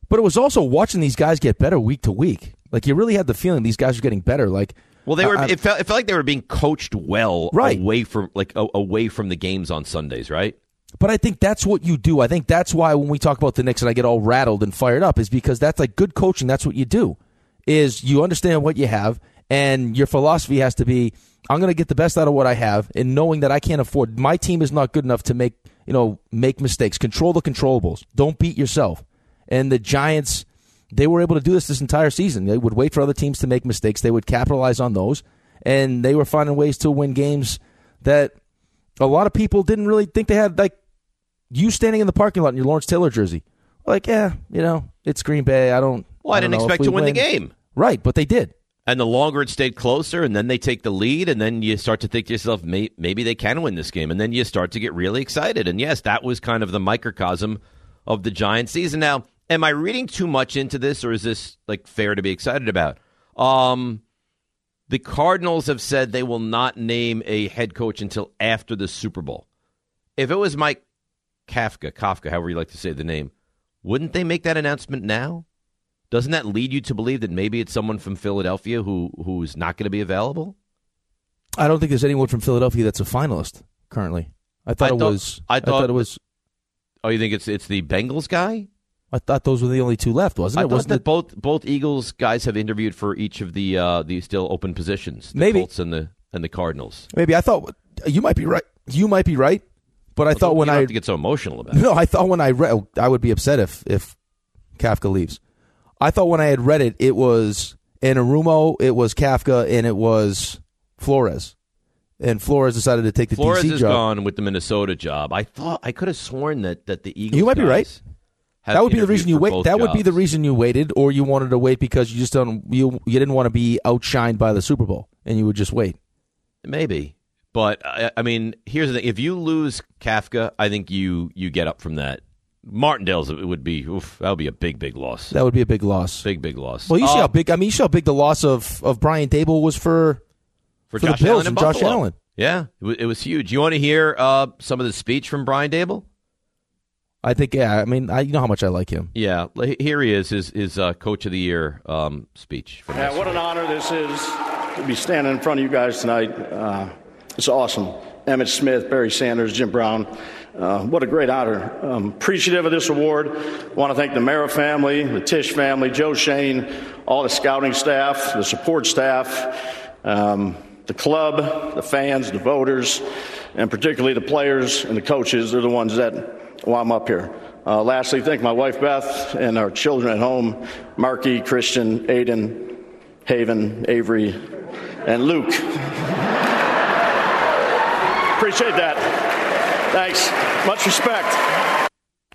S3: But it was also watching these guys get better week to week. Like you really had the feeling these guys were getting better. Like
S2: Well, they were.
S3: I- I-
S2: it, felt, it felt like they were being coached well,
S3: Right.
S2: Away from like a, away from the games on Sundays, right?
S3: But I think that's what you do. I think that's why when we talk about the Knicks and I get all rattled and fired up is because that's like good coaching. That's what you do is you understand what you have and your philosophy has to be I'm going to get the best out of what I have and knowing that I can't afford my team is not good enough to make, you know, make mistakes. Control the controllables. Don't beat yourself. And the Giants they were able to do this this entire season. They would wait for other teams to make mistakes. They would capitalize on those and they were finding ways to win games that a lot of people didn't really think they had like you standing in the parking lot in your Lawrence Taylor jersey. Like, yeah, you know, it's Green Bay. I don't.
S2: Well, I
S3: don't
S2: didn't
S3: know if
S2: expect
S3: we
S2: to win the game.
S3: Right, but they did.
S2: And the longer it stayed closer, and then they take the lead, and then you start to think to yourself, "May- maybe they can win this game. And then you start to get really excited. And yes, that was kind of the microcosm of the Giants season. Now, am I reading too much into this, or is this like fair to be excited about? Um, the Cardinals have said they will not name a head coach until after the Super Bowl. If it was Mike Kafka, Kafka, however you like to say the name, wouldn't they make that announcement now? Doesn't that lead you to believe that maybe it's someone from Philadelphia who who's not going to be available?
S3: I don't think there's anyone from Philadelphia that's a finalist currently. I thought it
S2: thought-
S3: was.
S2: I thought-
S3: it was.
S2: Oh, you think it's it's the Bengals guy?
S3: I thought those were the only two left,
S2: I
S3: wasn't it?
S2: thought
S3: Wasn't
S2: that
S3: it?
S2: both both Eagles guys have interviewed for each of the uh, the still open positions, the
S3: Maybe.
S2: Colts and the and the Cardinals.
S3: Maybe I thought you might be right. You might be right, but I thought when
S2: you don't
S3: I
S2: have to get so emotional about. it.
S3: No, I thought when I read, I would be upset if if Kafka leaves. I thought when I had read it, it was Anarumo, it was Kafka, and it was Flores, and Flores decided to take the
S2: Flores
S3: DC
S2: is
S3: job.
S2: gone with the Minnesota job. I thought I could have sworn that that the Eagles.
S3: You might be
S2: guys
S3: right.
S2: have
S3: That would be the
S2: interviewed
S3: reason you
S2: for
S3: wait.
S2: both
S3: That would be the
S2: jobs.
S3: reason you waited, or you wanted to wait because you just don't you you didn't want to be outshined by the Super Bowl, and you would just wait.
S2: Maybe, but I, I mean, here's the thing: if you lose Kafka, I think you you get up from that. Martindale's would be oof, that would be a big big loss.
S3: That would be a big loss.
S2: Big big loss.
S3: Well, you see
S2: Um,
S3: how big. I mean, you see how big the loss of of Brian Dable was for
S2: for,
S3: for the
S2: Josh
S3: Bills
S2: Allen
S3: and
S2: in
S3: Josh
S2: Buffalo.
S3: Allen.
S2: Yeah, it was, it was huge. You want to hear uh, some of the speech from Brian Dable?
S3: I think. Yeah, I mean, I, you know how much I like him.
S2: Yeah, l- here he is. His his uh, coach of the year um, speech. From
S9: Yeah, what an honor this is to be standing in front of you guys tonight. Uh, it's awesome. Emmett Smith, Barry Sanders, Jim Brown. Uh, what a great honor. Um, appreciative of this award. want to thank the Mara family, the Tish family, Joe Shane, all the scouting staff, the support staff, um, the club, the fans, the voters, and particularly the players and the coaches. They're the ones that, why I'm up here. Uh, lastly, thank my wife Beth and our children at home Marky, Christian, Aiden, Haven, Avery, and Luke. Appreciate that. Thanks. Much respect.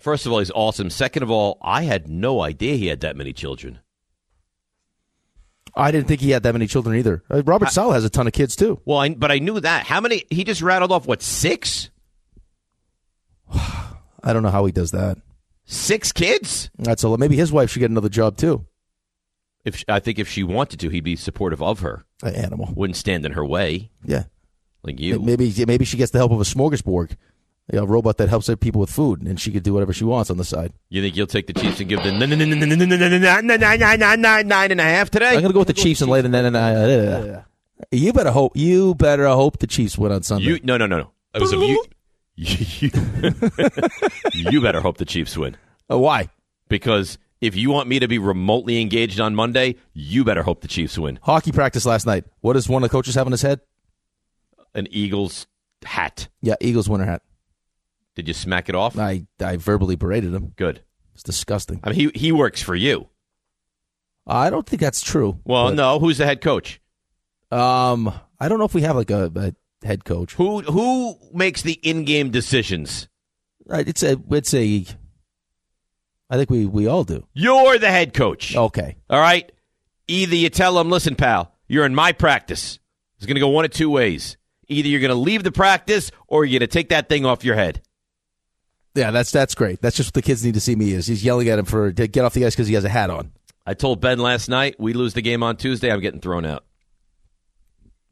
S2: First of all, he's awesome. Second of all, I had no idea he had that many children.
S3: I didn't think he had that many children either. Uh, Robert Sala has a ton of kids too.
S2: Well, I, but I knew that. How many? He just rattled off what six?
S3: I don't know how he does that.
S2: Six kids?
S3: That's a lot. Maybe his wife should get another job too.
S2: If sh- I think if she wanted to, he'd be supportive of her.
S3: An animal
S2: wouldn't stand in her way
S3: Yeah.
S2: like you.
S3: Maybe maybe she gets the help of a smorgasbord, a robot that helps out people with food, and she could do whatever she wants on the side.
S2: You think you'll take the Chiefs and give them nine and a half today?
S3: I'm gonna go with the Chiefs and lay the nine and nine. uh, You better hope. You better hope the Chiefs win on Sunday.
S2: You no no no no. It was a you. You, you better hope the Chiefs win.
S3: Uh, why?
S2: Because if you want me to be remotely engaged on Monday, you better hope the Chiefs win.
S3: Hockey practice last night. What does one of the coaches have on his head?
S2: An Eagles hat.
S3: Yeah, Eagles winter hat.
S2: Did you smack it off?
S3: I I verbally berated him.
S2: Good.
S3: It's disgusting.
S2: I mean, he he works for you.
S3: I don't think that's true.
S2: Well,
S3: but-
S2: no. Who's the head coach?
S3: Um, I don't know if we have like a, a head coach.
S2: Who who makes the in-game decisions?
S3: Uh, It's a it's a. I think we we all do.
S2: You're the head coach.
S3: Okay.
S2: All right. Either you tell them, listen, pal, you're in my practice. It's going to go one of two ways. Either you're going to leave the practice or you're going to take that thing off your head.
S3: Yeah, that's that's great. That's just what the kids need to see me is. He's yelling at him for to get off the ice because he has a hat on.
S2: I told Ben last night, we lose the game on Tuesday, I'm getting thrown out.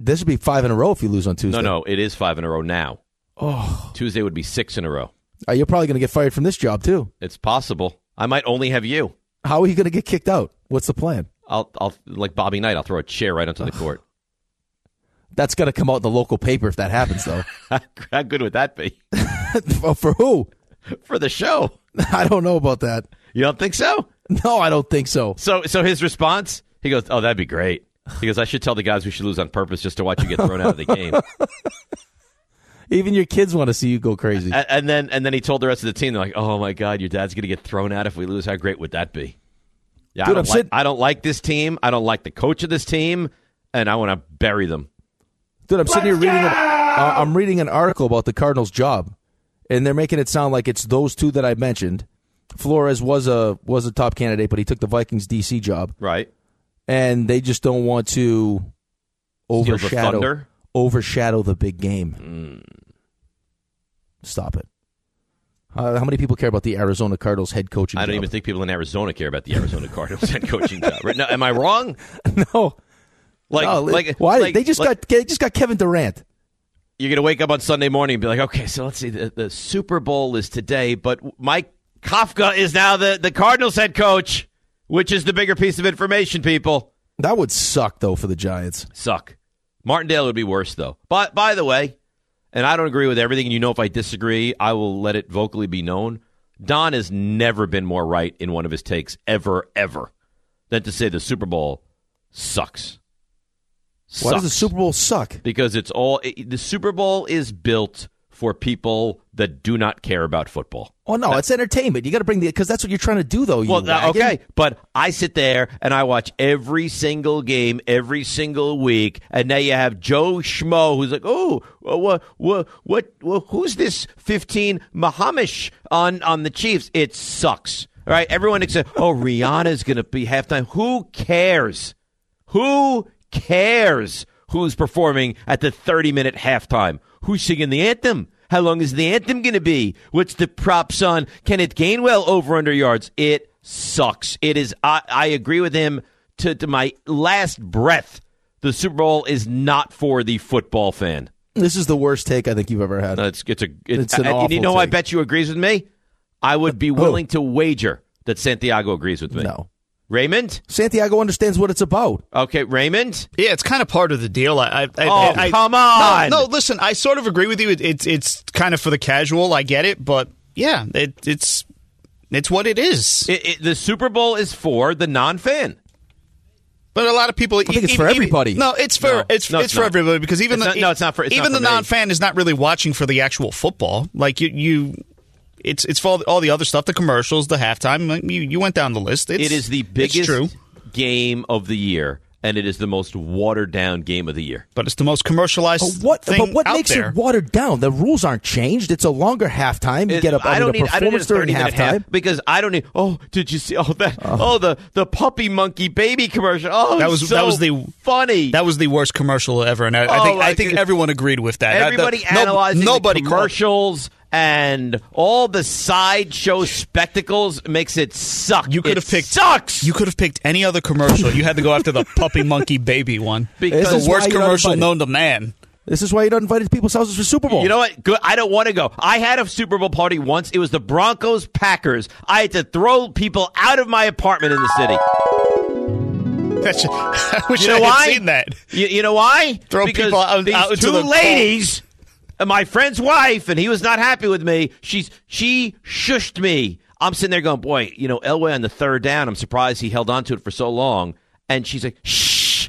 S3: This would be five in a row if you lose on Tuesday.
S2: No, no, it is five in a row now.
S3: Oh,
S2: Tuesday would be six in a row.
S3: Uh, you're probably going to get fired from this job too.
S2: It's possible. I might only have you.
S3: How are you going to get kicked out? What's the plan?
S2: I'll, I'll like Bobby Knight. I'll throw a chair right onto the court.
S3: That's going to come out in the local paper if that happens, though.
S2: How good would that be?
S3: for, for who?
S2: For the show.
S3: I don't know about that.
S2: You don't think so?
S3: No, I don't think so.
S2: So, so his response, he goes, "Oh, that'd be great." He goes, "I should tell the guys we should lose on purpose just to watch you get thrown out of the game."
S3: Even your kids want to see you go crazy.
S2: A- and then, and then he told the rest of the team, "They're like, oh my god, your dad's gonna get thrown out if we lose. How great would that be?" Yeah, I,
S3: Dude, I'm
S2: don't like,
S3: sitting-
S2: I don't like this team. I don't like the coach of this team, and I want to bury them.
S3: Dude, I'm sitting here reading. An, uh, I'm reading an article about the Cardinals' job, and they're making it sound like it's those two that I mentioned. Flores was a was a top candidate, but he took the Vikings DC job,
S2: right?
S3: And they just don't want to
S2: the
S3: overshadow
S2: thunder? Hmm.
S3: overshadow the big game. Stop it. Uh, how many people care about the Arizona Cardinals head coaching?
S2: I don't
S3: job?
S2: even think people in Arizona care about the Arizona Cardinals head coaching job. Right? Now, am I wrong?
S3: No.
S2: Like,
S3: No,
S2: like
S3: why
S2: like-
S3: they just
S2: like-
S3: got they just got Kevin Durant.
S2: you're going to wake up on Sunday morning and be like, okay, so let's see, the, the Super Bowl is today, but Mike Kafka is now the, the Cardinals head coach, which is the bigger piece of information, people.
S3: That would suck though for the Giants.
S2: Suck. Martindale would be worse, though. But by the way, and I don't agree with everything, and you know if I disagree, I will let it vocally be known. Don has never been more right in one of his takes, ever, ever, than to say the Super Bowl sucks.
S3: Why
S2: Sucks
S3: does the Super Bowl suck?
S2: because it's all it, the Super Bowl is built for people that do not care about football.
S3: Oh no, it's entertainment. You got to bring the because that's what you're trying to do, though. You
S2: Well, that-
S3: wagon.
S2: okay, but I sit there and I watch every single game every single week, and now you have Joe Schmo who's like, "Oh, what, what, what, what who's this fifteen Mahamish on on the Chiefs?" It sucks. All right, everyone except oh Rihanna's gonna be halftime. Who cares? Who cares who's performing at the 30 minute halftime? Who's singing the anthem? How long is the anthem going to be? What's the props on Kenneth Gainwell over under yards? It sucks. It is, I, I agree with him to, to my last breath. The Super Bowl is not for the football fan.
S3: This is the worst take I think you've ever had.
S2: No, it's, it's a, it-
S3: It's an
S2: and
S3: awful
S2: You know, I
S3: take.
S2: bet you agrees with me. I would be willing to wager that Santiago agrees with me. No. Raymond?
S3: Santiago understands what it's about.
S2: Okay, Raymond?
S10: Yeah, it's kind of part of the deal. I, I, I,
S2: Oh,
S10: I-
S2: come
S10: No,
S2: on.
S10: No, listen, I sort of agree with you. It, it's it's kind of for the casual. I get it, but yeah, it, it's it's what it is.
S2: the Super Bowl is for the non-fan.
S10: But a lot of people. I
S2: think it's for everybody.
S10: no, it's for
S2: No.
S10: it's
S2: No,
S10: it's,
S2: it's
S10: for
S2: not.
S10: everybody because even
S2: It's not-
S10: the
S2: no, it's not for- it's
S10: even
S2: not for
S10: the
S2: me.
S10: non-fan is not really watching for the actual football. Like you, you it's it's for all the, all the other stuff, the commercials, the halftime. Like you, you went down the list. It's,
S2: It is the
S10: it's
S2: biggest
S10: true.
S2: game of the year, and it is the most watered down game of the year.
S10: But it's the most commercialized
S3: But what?
S10: thing
S3: But what
S10: out
S3: makes
S10: there.
S3: it watered down? The rules aren't changed. It's a longer halftime. You
S2: It-
S3: get a, I mean, a performance during
S2: 30-minute
S3: halftime.
S2: half because I don't need. Oh, did you see? Oh, that. Oh, the the puppy monkey baby commercial. Oh,
S10: That was
S2: so
S10: that was the
S2: funny.
S10: That was the worst commercial ever, and I, I
S2: Oh,
S10: think I
S2: like,
S10: think
S2: uh,
S10: everyone agreed with that.
S2: everybody
S10: I, the, no-
S2: analyzing
S10: nobody
S2: the
S10: called-
S2: commercials and all the sideshow spectacles makes it suck.
S10: You could
S2: It
S10: have picked
S2: sucks.
S10: You could have picked any other commercial. You had to go after the puppy monkey baby one.
S2: Because-
S10: the worst
S3: This is why you're
S10: commercial
S3: uninvited.
S10: known to man.
S3: This is why you're not invited to people's houses for Super Bowl.
S2: You know what? Good. I don't want to go. I had a Super Bowl party once. It was the Broncos Packers. I had to throw people out of my apartment in the city.
S10: That's, I wish
S2: You know
S10: I had
S2: why?
S10: seen that.
S2: You, you know why?
S10: Throw
S2: Because
S10: people out-
S2: these
S10: out into
S2: two
S10: the-
S2: ladies. and My friend's wife, and he was not happy with me. She's she shushed me. I'm sitting there going, boy, you know Elway on the third down. I'm surprised he held on to it for so long. And she's like, shh,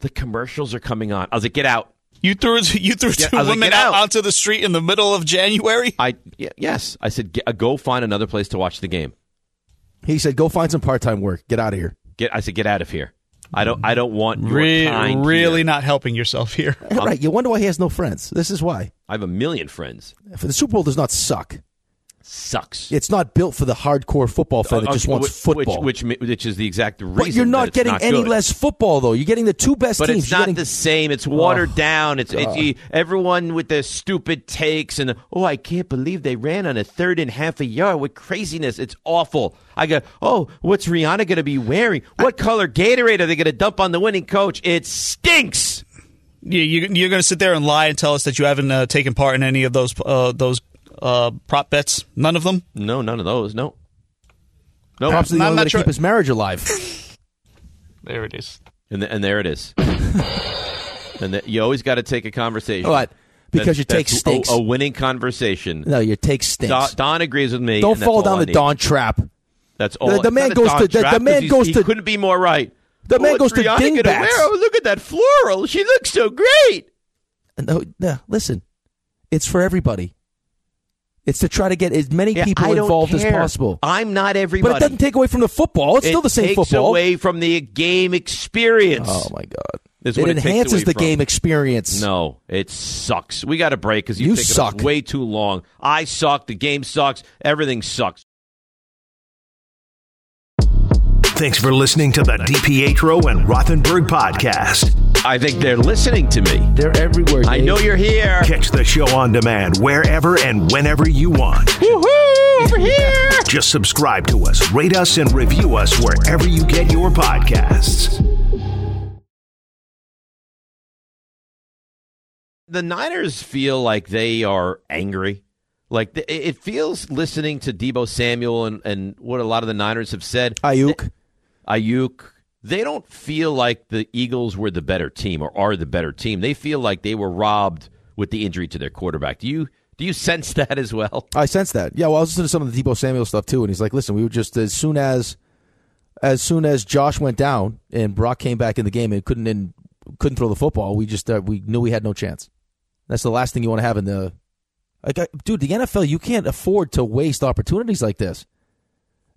S2: the commercials are coming on. I was like, get out.
S10: You threw you threw
S2: Yeah,
S10: two
S2: I was like,
S10: women
S2: "Get
S10: out.
S2: out."
S10: onto the street in the middle of January.
S2: I y- yes, I said, "Get- uh, go find another place to watch the game.
S3: He said, "Go find some part-time work. Get out of here."
S2: Get I said, get out of here. I don't I don't want your
S10: Re-
S2: kind.
S10: really
S2: here.
S10: not helping yourself here.
S3: right? You wonder why he has no friends. This is why.
S2: I have a million friends.
S3: For the Super Bowl does not suck.
S2: Sucks.
S3: It's not built for the hardcore football fan that
S2: Uh,
S3: just
S2: uh,
S3: wants
S2: which,
S3: football.
S2: which, which mi- which is the exact reason.
S3: but you're
S2: that
S3: not
S2: it's
S3: getting any
S2: good.
S3: less football though. You're getting the two best
S2: But
S3: teams.
S2: it's
S3: You're
S2: not
S3: getting-
S2: the same. It's watered
S3: Oh,
S2: down. It's, it's
S3: God.
S2: you- everyone with their stupid takes and oh, I can't believe they ran on a third and half a yard with craziness. It's awful. I go, oh, what's Rihanna going to be wearing? What color Gatorade are they going to dump on the winning coach? It stinks.
S10: You, you, you're going to sit there and lie and tell us that you haven't uh, taken part in any of those uh, those uh, prop bets. None of them.
S2: No, none of those. No. No.
S3: Props to the
S10: I'm
S3: only
S10: not
S3: way to
S10: sure-
S3: keep his marriage alive.
S10: There it is.
S2: And, th- and there it is. and that you always got to take a conversation.
S3: What? Because
S2: That's-
S3: your take
S2: that's a-
S3: stinks.
S2: A, winning conversation.
S3: No, your take stinks.
S2: Don, Don agrees with me.
S3: Don't
S2: and that's
S3: fall
S2: all
S3: down
S2: I
S3: the
S2: need.
S3: Don trap.
S2: That's all.
S3: the
S2: it's
S3: man
S2: not a
S3: goes
S2: Don
S3: to- the- the
S2: trap 'cause
S3: man
S2: he's-
S3: goes
S2: he
S3: to-
S2: couldn't be more right.
S3: The man
S2: What's
S3: goes to
S2: Rihanna gonna
S3: dingbats.
S2: wear? Oh, look at that floral. She looks so great.
S3: No, no, listen, it's for everybody. It's to try to get as many
S2: Yeah,
S3: people
S2: I don't
S3: involved as
S2: care.
S3: possible.
S2: I'm not everybody.
S3: But it doesn't take away from the football. It's
S2: It
S3: still the same
S2: takes
S3: football.
S2: away from the game experience.
S3: Oh, my God.
S2: Is
S3: it
S2: what it takes
S3: enhances
S2: away
S3: the
S2: from.
S3: game experience.
S2: No, it sucks. We got a break because
S3: You
S2: you've taken us
S3: suck.
S2: way too long. I suck. The game sucks. Everything sucks.
S8: Thanks for listening to the DiPietro and Rothenberg podcast.
S2: I think they're listening to me.
S3: They're everywhere.
S2: I know you're here.
S8: Catch the show on demand wherever and whenever you want.
S2: Woohoo! Over here.
S8: Just subscribe to us, rate us, and review us wherever you get your podcasts.
S2: the Niners feel like they are angry. Like th- it it feels listening to Debo Samuel and, and what a lot of the Niners have said.
S3: Ayuk,
S2: Ayuk, they don't feel like the Eagles were the better team or are the better team. They feel like they were robbed with the injury to their quarterback. Do you do you sense that as well?
S3: I sense that. Yeah, well, I was listening to some of the Debo Samuel stuff too, and he's like, "Listen, we were just as soon as, as soon as Josh went down and Brock came back in the game and couldn't and couldn't throw the football, we just uh, we knew we had no chance. That's the last thing you want to have in the, like, I- dude, the NFL you can't afford to waste opportunities like this.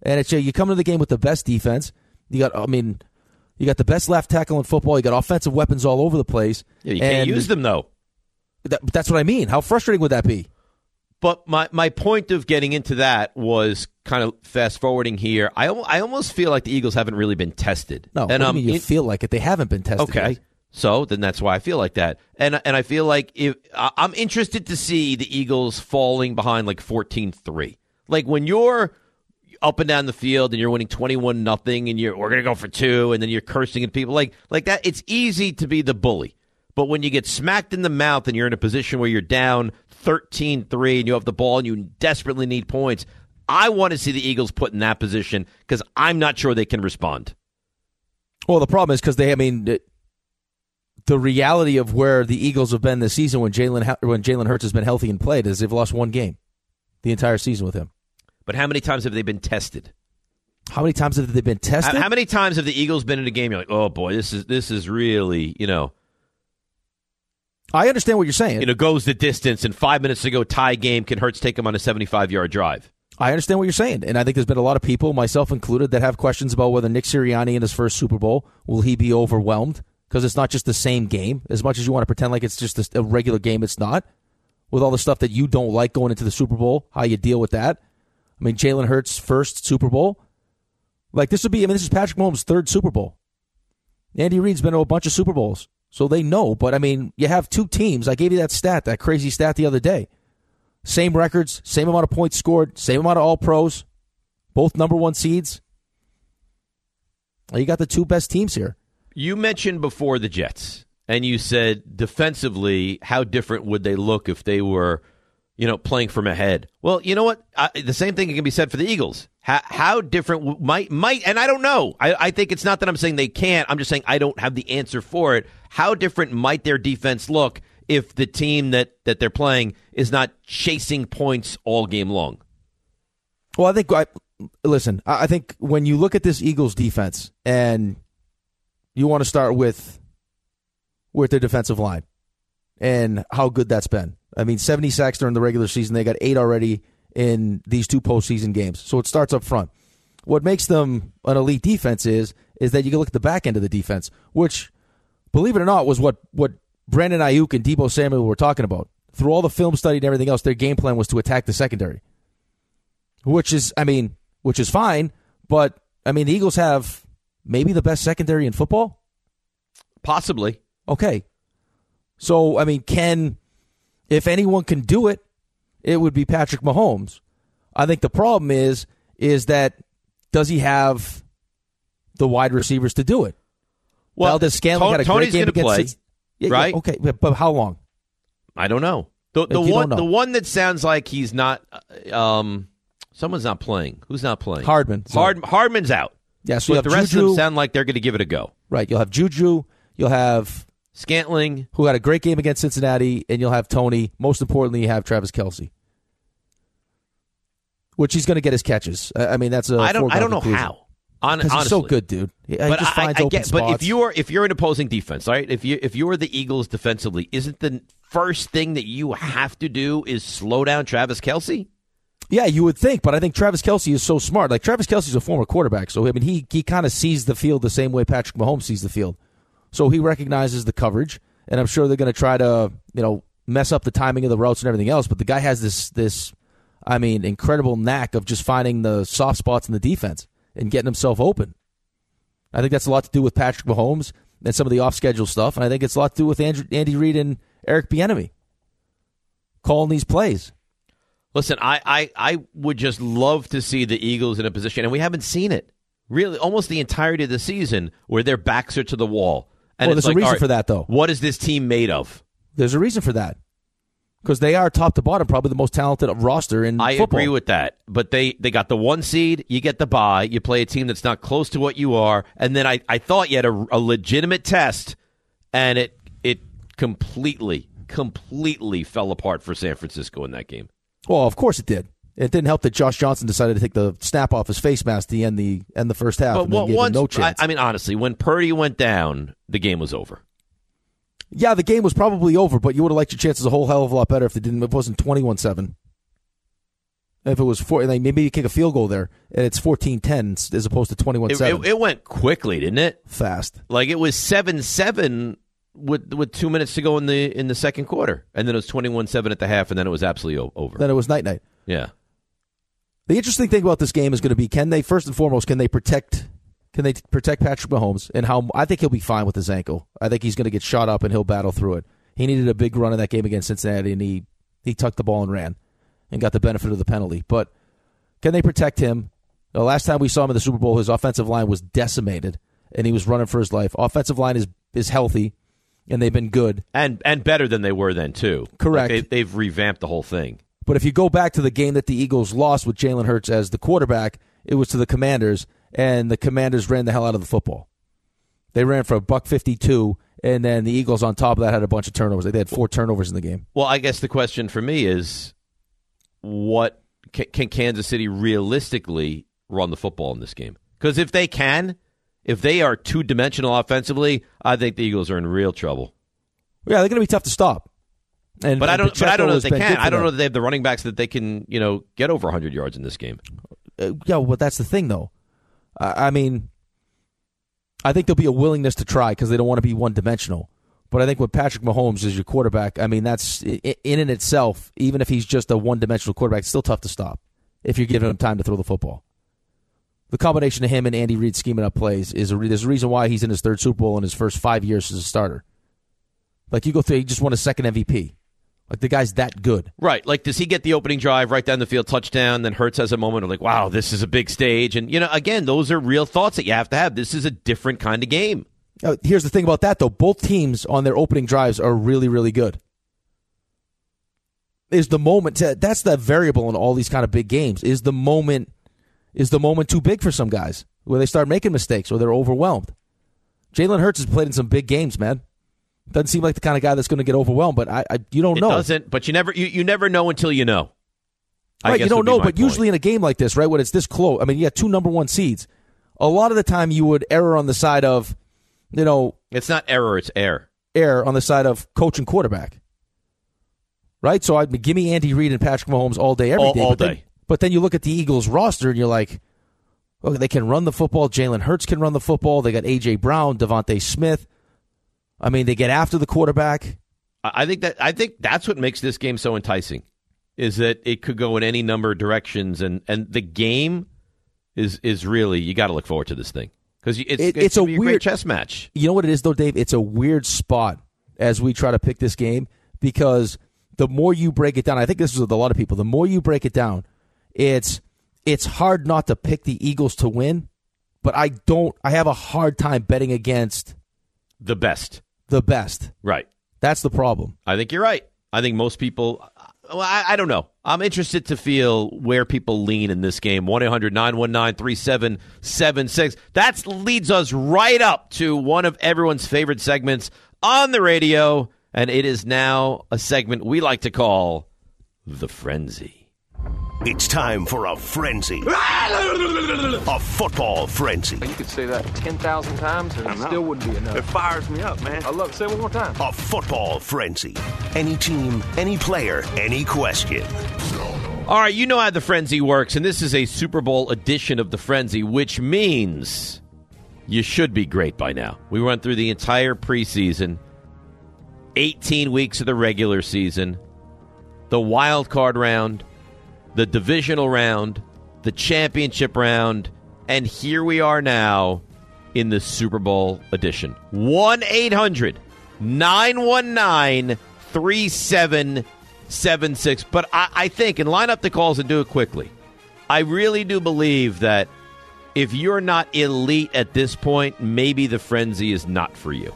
S3: And it's uh, you come into the game with the best defense. You got, I mean, you got the best left tackle in football. You got offensive weapons all over the place.
S2: Yeah, you can't
S3: And
S2: use them though.
S3: that- that's what I mean. How frustrating would that be?
S2: But my, my point of getting into that was kind of fast forwarding here. I, al- I almost feel like the Eagles haven't really been tested.
S3: No,
S2: and
S3: what do you
S2: I'm
S3: mean you
S2: in-
S3: feel like um, it. They haven't been tested.
S2: Okay.
S3: yet.
S2: So then that's why I feel like that. And and I feel like if I- I'm interested to see the Eagles falling behind like 14-3. Like when you're up and down the field and you're winning 21 nothing and you're we're going to go for two and then you're cursing at people like like that it's easy to be the bully. But when you get smacked in the mouth and you're in a position where you're down 13-3 and you have the ball and you desperately need points, I want to see the Eagles put in that position cuz I'm not sure they can respond.
S3: Well, the problem is because they, I mean, the, the reality of where the Eagles have been this season when Jalen Hur- when Jalen Hurts has been healthy and played is they've lost one game, the entire season with him.
S2: But how many times have they been tested?
S3: How many times have they been tested?
S2: How, how many times have the Eagles been in a game? You're like, oh boy, this is this is really you know
S3: I understand what you're saying.
S2: you know goes the distance, and five minutes to go, tie game. Can Hurts take him on a 75 yard drive?
S3: I understand what you're saying, and I think there's been a lot of people, myself included, that have questions about whether Nick Sirianni in his first Super Bowl will he be overwhelmed because it's not just the same game. As much as you want to pretend like it's just a- a regular game, it's not. With all the stuff that you don't like going into the Super Bowl, how you deal with that. I mean, Jalen Hurts' first Super Bowl. Like this would be. I mean, this is Patrick Mahomes' third Super Bowl. Andy Reid's been to a bunch of Super Bowls, so they know. But I mean, you have two teams. I gave you that stat, that crazy stat the other day. Same records, same amount of points scored, same amount of all pros, both number one seeds. You got the two best teams here.
S2: You mentioned before the Jets, and you said defensively, how different would they look if they were, you know, playing from ahead? Well, you know what? I, the same thing can be said for the Eagles. How, how different w- might might and I don't know. I, I think it's not that I'm saying they can't. I'm just saying I don't have the answer for it. How different might their defense look if the team that that they're playing is not chasing points all game long?
S3: Well, I think I listen. I I think when you look at this Eagles defense, and you want to start with with their defensive line and how good that's been. I mean, seventy sacks during the regular season. They got eight already in these two postseason games. So it starts up front. What makes them an elite defense is is that you can look at the back end of the defense, which, believe it or not, was what what Brandon Ayuk and Debo Samuel were talking about. Through all the film study and everything else, their game plan was to attack the secondary which is I mean, which is fine, but I mean the Eagles have maybe the best secondary in football.
S2: Possibly.
S3: Okay. So I mean, can if anyone can do it, it would be Patrick Mahomes. I think the problem is is that does he have the wide receivers to do it?
S2: Well,
S3: Valdez Scantling
S2: Ton-
S3: had a
S2: Tony's
S3: great game
S2: gonna
S3: against
S2: play,
S3: Cincinnati. Yeah, yeah,
S2: right?
S3: okay, but- but how long?
S2: I don't know. The, the
S3: Like, you
S2: one
S3: don't know.
S2: the one that sounds like he's not uh, um someone's not playing. Who's not playing?
S3: Hardman.
S2: Hard, Hardman's out.
S3: Yeah, so you
S2: but
S3: have
S2: the rest of
S3: Juju.
S2: them sound like they're going to give it a go.
S3: Right. You'll have Juju. You'll have
S2: Scantling,
S3: who had a great game against Cincinnati, and you'll have Tony. Most importantly, you have Travis Kelsey, which he's going to get his catches. I, I mean, that's a
S2: I don't. I
S3: foregone
S2: don't know
S3: conclusion.
S2: how. Hon-
S3: 'Cause
S2: honestly,
S3: he's so good, dude. He, he
S2: but
S3: just
S2: I,
S3: finds
S2: I
S3: open
S2: get, but if
S3: spots.
S2: you are if you're an opposing defense, all right, if you if you are the Eagles defensively, isn't the first thing that you have to do is slow down Travis Kelsey?
S3: Yeah, you would think, but I think Travis Kelsey is so smart. Like Travis Kelsey's a former quarterback, so I mean he he kind of sees the field the same way Patrick Mahomes sees the field. So he recognizes the coverage, and I'm sure they're going to try to you know mess up the timing of the routes and everything else. But the guy has this this, I mean, incredible knack of just finding the soft spots in the defense and getting himself open. I think that's a lot to do with Patrick Mahomes and some of the off schedule stuff, and I think it's a lot to do with Andrew, Andy Reid and Eric Bieniemy calling these plays.
S2: Listen, I, I I would just love to see the Eagles in a position, and we haven't seen it really almost the entirety of the season where their backs are to the wall. And
S3: Well,
S2: it's like,
S3: there's a reason
S2: all right,
S3: for that, though.
S2: What is this team made of?
S3: There's a reason for that. Because they are top to bottom, probably the most talented roster in
S2: I
S3: Mm, football.
S2: agree with that, but they they got the one seed. You get the bye. You play a team that's not close to what you are, and then I, I thought you had a, a legitimate test, and it it completely completely fell apart for San Francisco in that game.
S3: Well, of course it did. It didn't help that Josh Johnson decided to take the snap off his face mask to end the end the first half.
S2: But
S3: and then
S2: what,
S3: gave him
S2: once
S3: no chance.
S2: I, I mean, honestly, when Purdy went down, the game was over.
S3: yeah, the game was probably over, but you would have liked your chances a whole hell of a lot better if it didn't. If it wasn't twenty-one-seven. If it was four, like maybe you kick a field goal there, and it's 14-10 as opposed to
S2: It,
S3: twenty-one-seven.
S2: it, it went quickly, didn't it?
S3: Fast.
S2: Like it was seven seven with with two minutes to go in the in the second quarter, and then it was twenty one seven at the half, and then it was absolutely o- over.
S3: Then it was night-night.
S2: Yeah.
S3: The interesting thing about this game is going to be can they first and foremost can they protect can they t- protect Patrick Mahomes and how I think he'll be fine with his ankle. I think he's going to get shot up and he'll battle through it. He needed a big run in that game against Cincinnati and he he tucked the ball and ran and got the benefit of the penalty. But can they protect him? The last time we saw him in the Super Bowl, his offensive line was decimated and he was running for his life. Offensive line is is healthy and they've been good.
S2: and and better than they were then too.
S3: Correct.
S2: Like, they, they've revamped the whole thing.
S3: But if you go back to the game that the Eagles lost with Jalen Hurts as the quarterback, it was to the Commanders, and the Commanders ran the hell out of the football. They ran for a buck fifty-two, and then the Eagles on top of that had a bunch of turnovers. They had four turnovers in the game.
S2: Well, I guess the question for me is, what can, can Kansas City realistically run the football in this game? Because if they can, if they are two dimensional offensively, I think the Eagles are in real trouble.
S3: Yeah, they're going to be tough to stop. And
S2: but I
S3: and
S2: don't. But I
S3: Pacheco
S2: don't know if
S3: has
S2: they
S3: been
S2: can.
S3: good for
S2: I don't
S3: them.
S2: know that they have the running backs that they can. You know, get over 100 yards in this game.
S3: uh, yeah, but that's the thing, though. I, I mean, I think there'll be a willingness to try because they don't want to be one dimensional. But I think with Patrick Mahomes as your quarterback, I mean, that's i- i- in and itself, even if he's just a one dimensional quarterback, it's still tough to stop if you're giving him time to throw the football. The combination of him and Andy Reid scheming up plays is a re- there's a reason why he's in his third Super Bowl in his first five years as a starter. Like you go through, he just won a second MVP. Like the guy's that good.
S2: Right. Like, does he get the opening drive right down the field, touchdown? Then Hertz has a moment of like, wow, this is a big stage. And, you know, again, those are real thoughts that you have to have. This is a different kind of game.
S3: Now, here's the thing about that, though. Both teams on their opening drives are really, really good. Is the moment to, that's the variable in all these kind of big games? Is the moment is the moment too big for some guys where they start making mistakes or they're overwhelmed? Jalen Hurts has played in some big games, man. Doesn't seem like the kind of guy that's going to get overwhelmed, but I, I you don't
S2: it
S3: know.
S2: doesn't, but you never, you, you never know until you know. I
S3: Right,
S2: guess
S3: you don't
S2: would be
S3: know,
S2: my
S3: but
S2: point.
S3: usually in a game like this, right, when it's this close, I mean, you got two number one seeds. A lot of the time, you would err on the side of, you know,
S2: it's not error, it's air.
S3: err on the side of coach and quarterback. Right? So I'd give me Andy Reid and Patrick Mahomes all day, every
S2: All-
S3: day.
S2: all
S3: but Then,
S2: day.
S3: but then you look at the Eagles roster and you're like, okay, they can run the football. Jalen Hurts can run the football. They got A.J. Brown, Devontae Smith. I mean, they get after the quarterback.
S2: I I think that, I think that's what makes this game so enticing is that it could go in any number of directions. And, and the game is, is really, you got to look forward to this thing because it's,
S3: It-
S2: it's,
S3: it's a
S2: gonna be great
S3: weird-
S2: chess match.
S3: You know what it is, though, Dave? It's a weird spot as we try to pick this game because the more you break it down, I think this is with a lot of people, the more you break it down, it's it's hard not to pick the Eagles to win, but I don't I have a hard time betting against
S2: The best.
S3: the best.
S2: Right.
S3: That's the problem.
S2: I think you're right. I think most people. Well, I, I don't know. I'm interested to feel where people lean in this game. 1 800 919 3776. That leads us right up to one of everyone's favorite segments on the radio, and it is now a segment we like to call The Frenzy.
S8: It's time for a frenzy. A football frenzy.
S11: You could say that 10,000 times and
S8: I
S11: it
S8: know.
S11: still wouldn't be enough.
S8: It
S11: fires me up, man. I love it. Say it one more time.
S8: A football frenzy. Any team, any player, any question.
S2: All right, you know how the frenzy works, and this is a Super Bowl edition of the frenzy, which means you should be great by now. We run through the entire preseason, 18 weeks of the regular season, the wild card round, the divisional round, the championship round, and here we are now in the Super Bowl edition. 1 800 919 3776. But I, I think, and line up the calls and do it quickly. I really do believe that if you're not elite at this point, maybe the frenzy is not for you.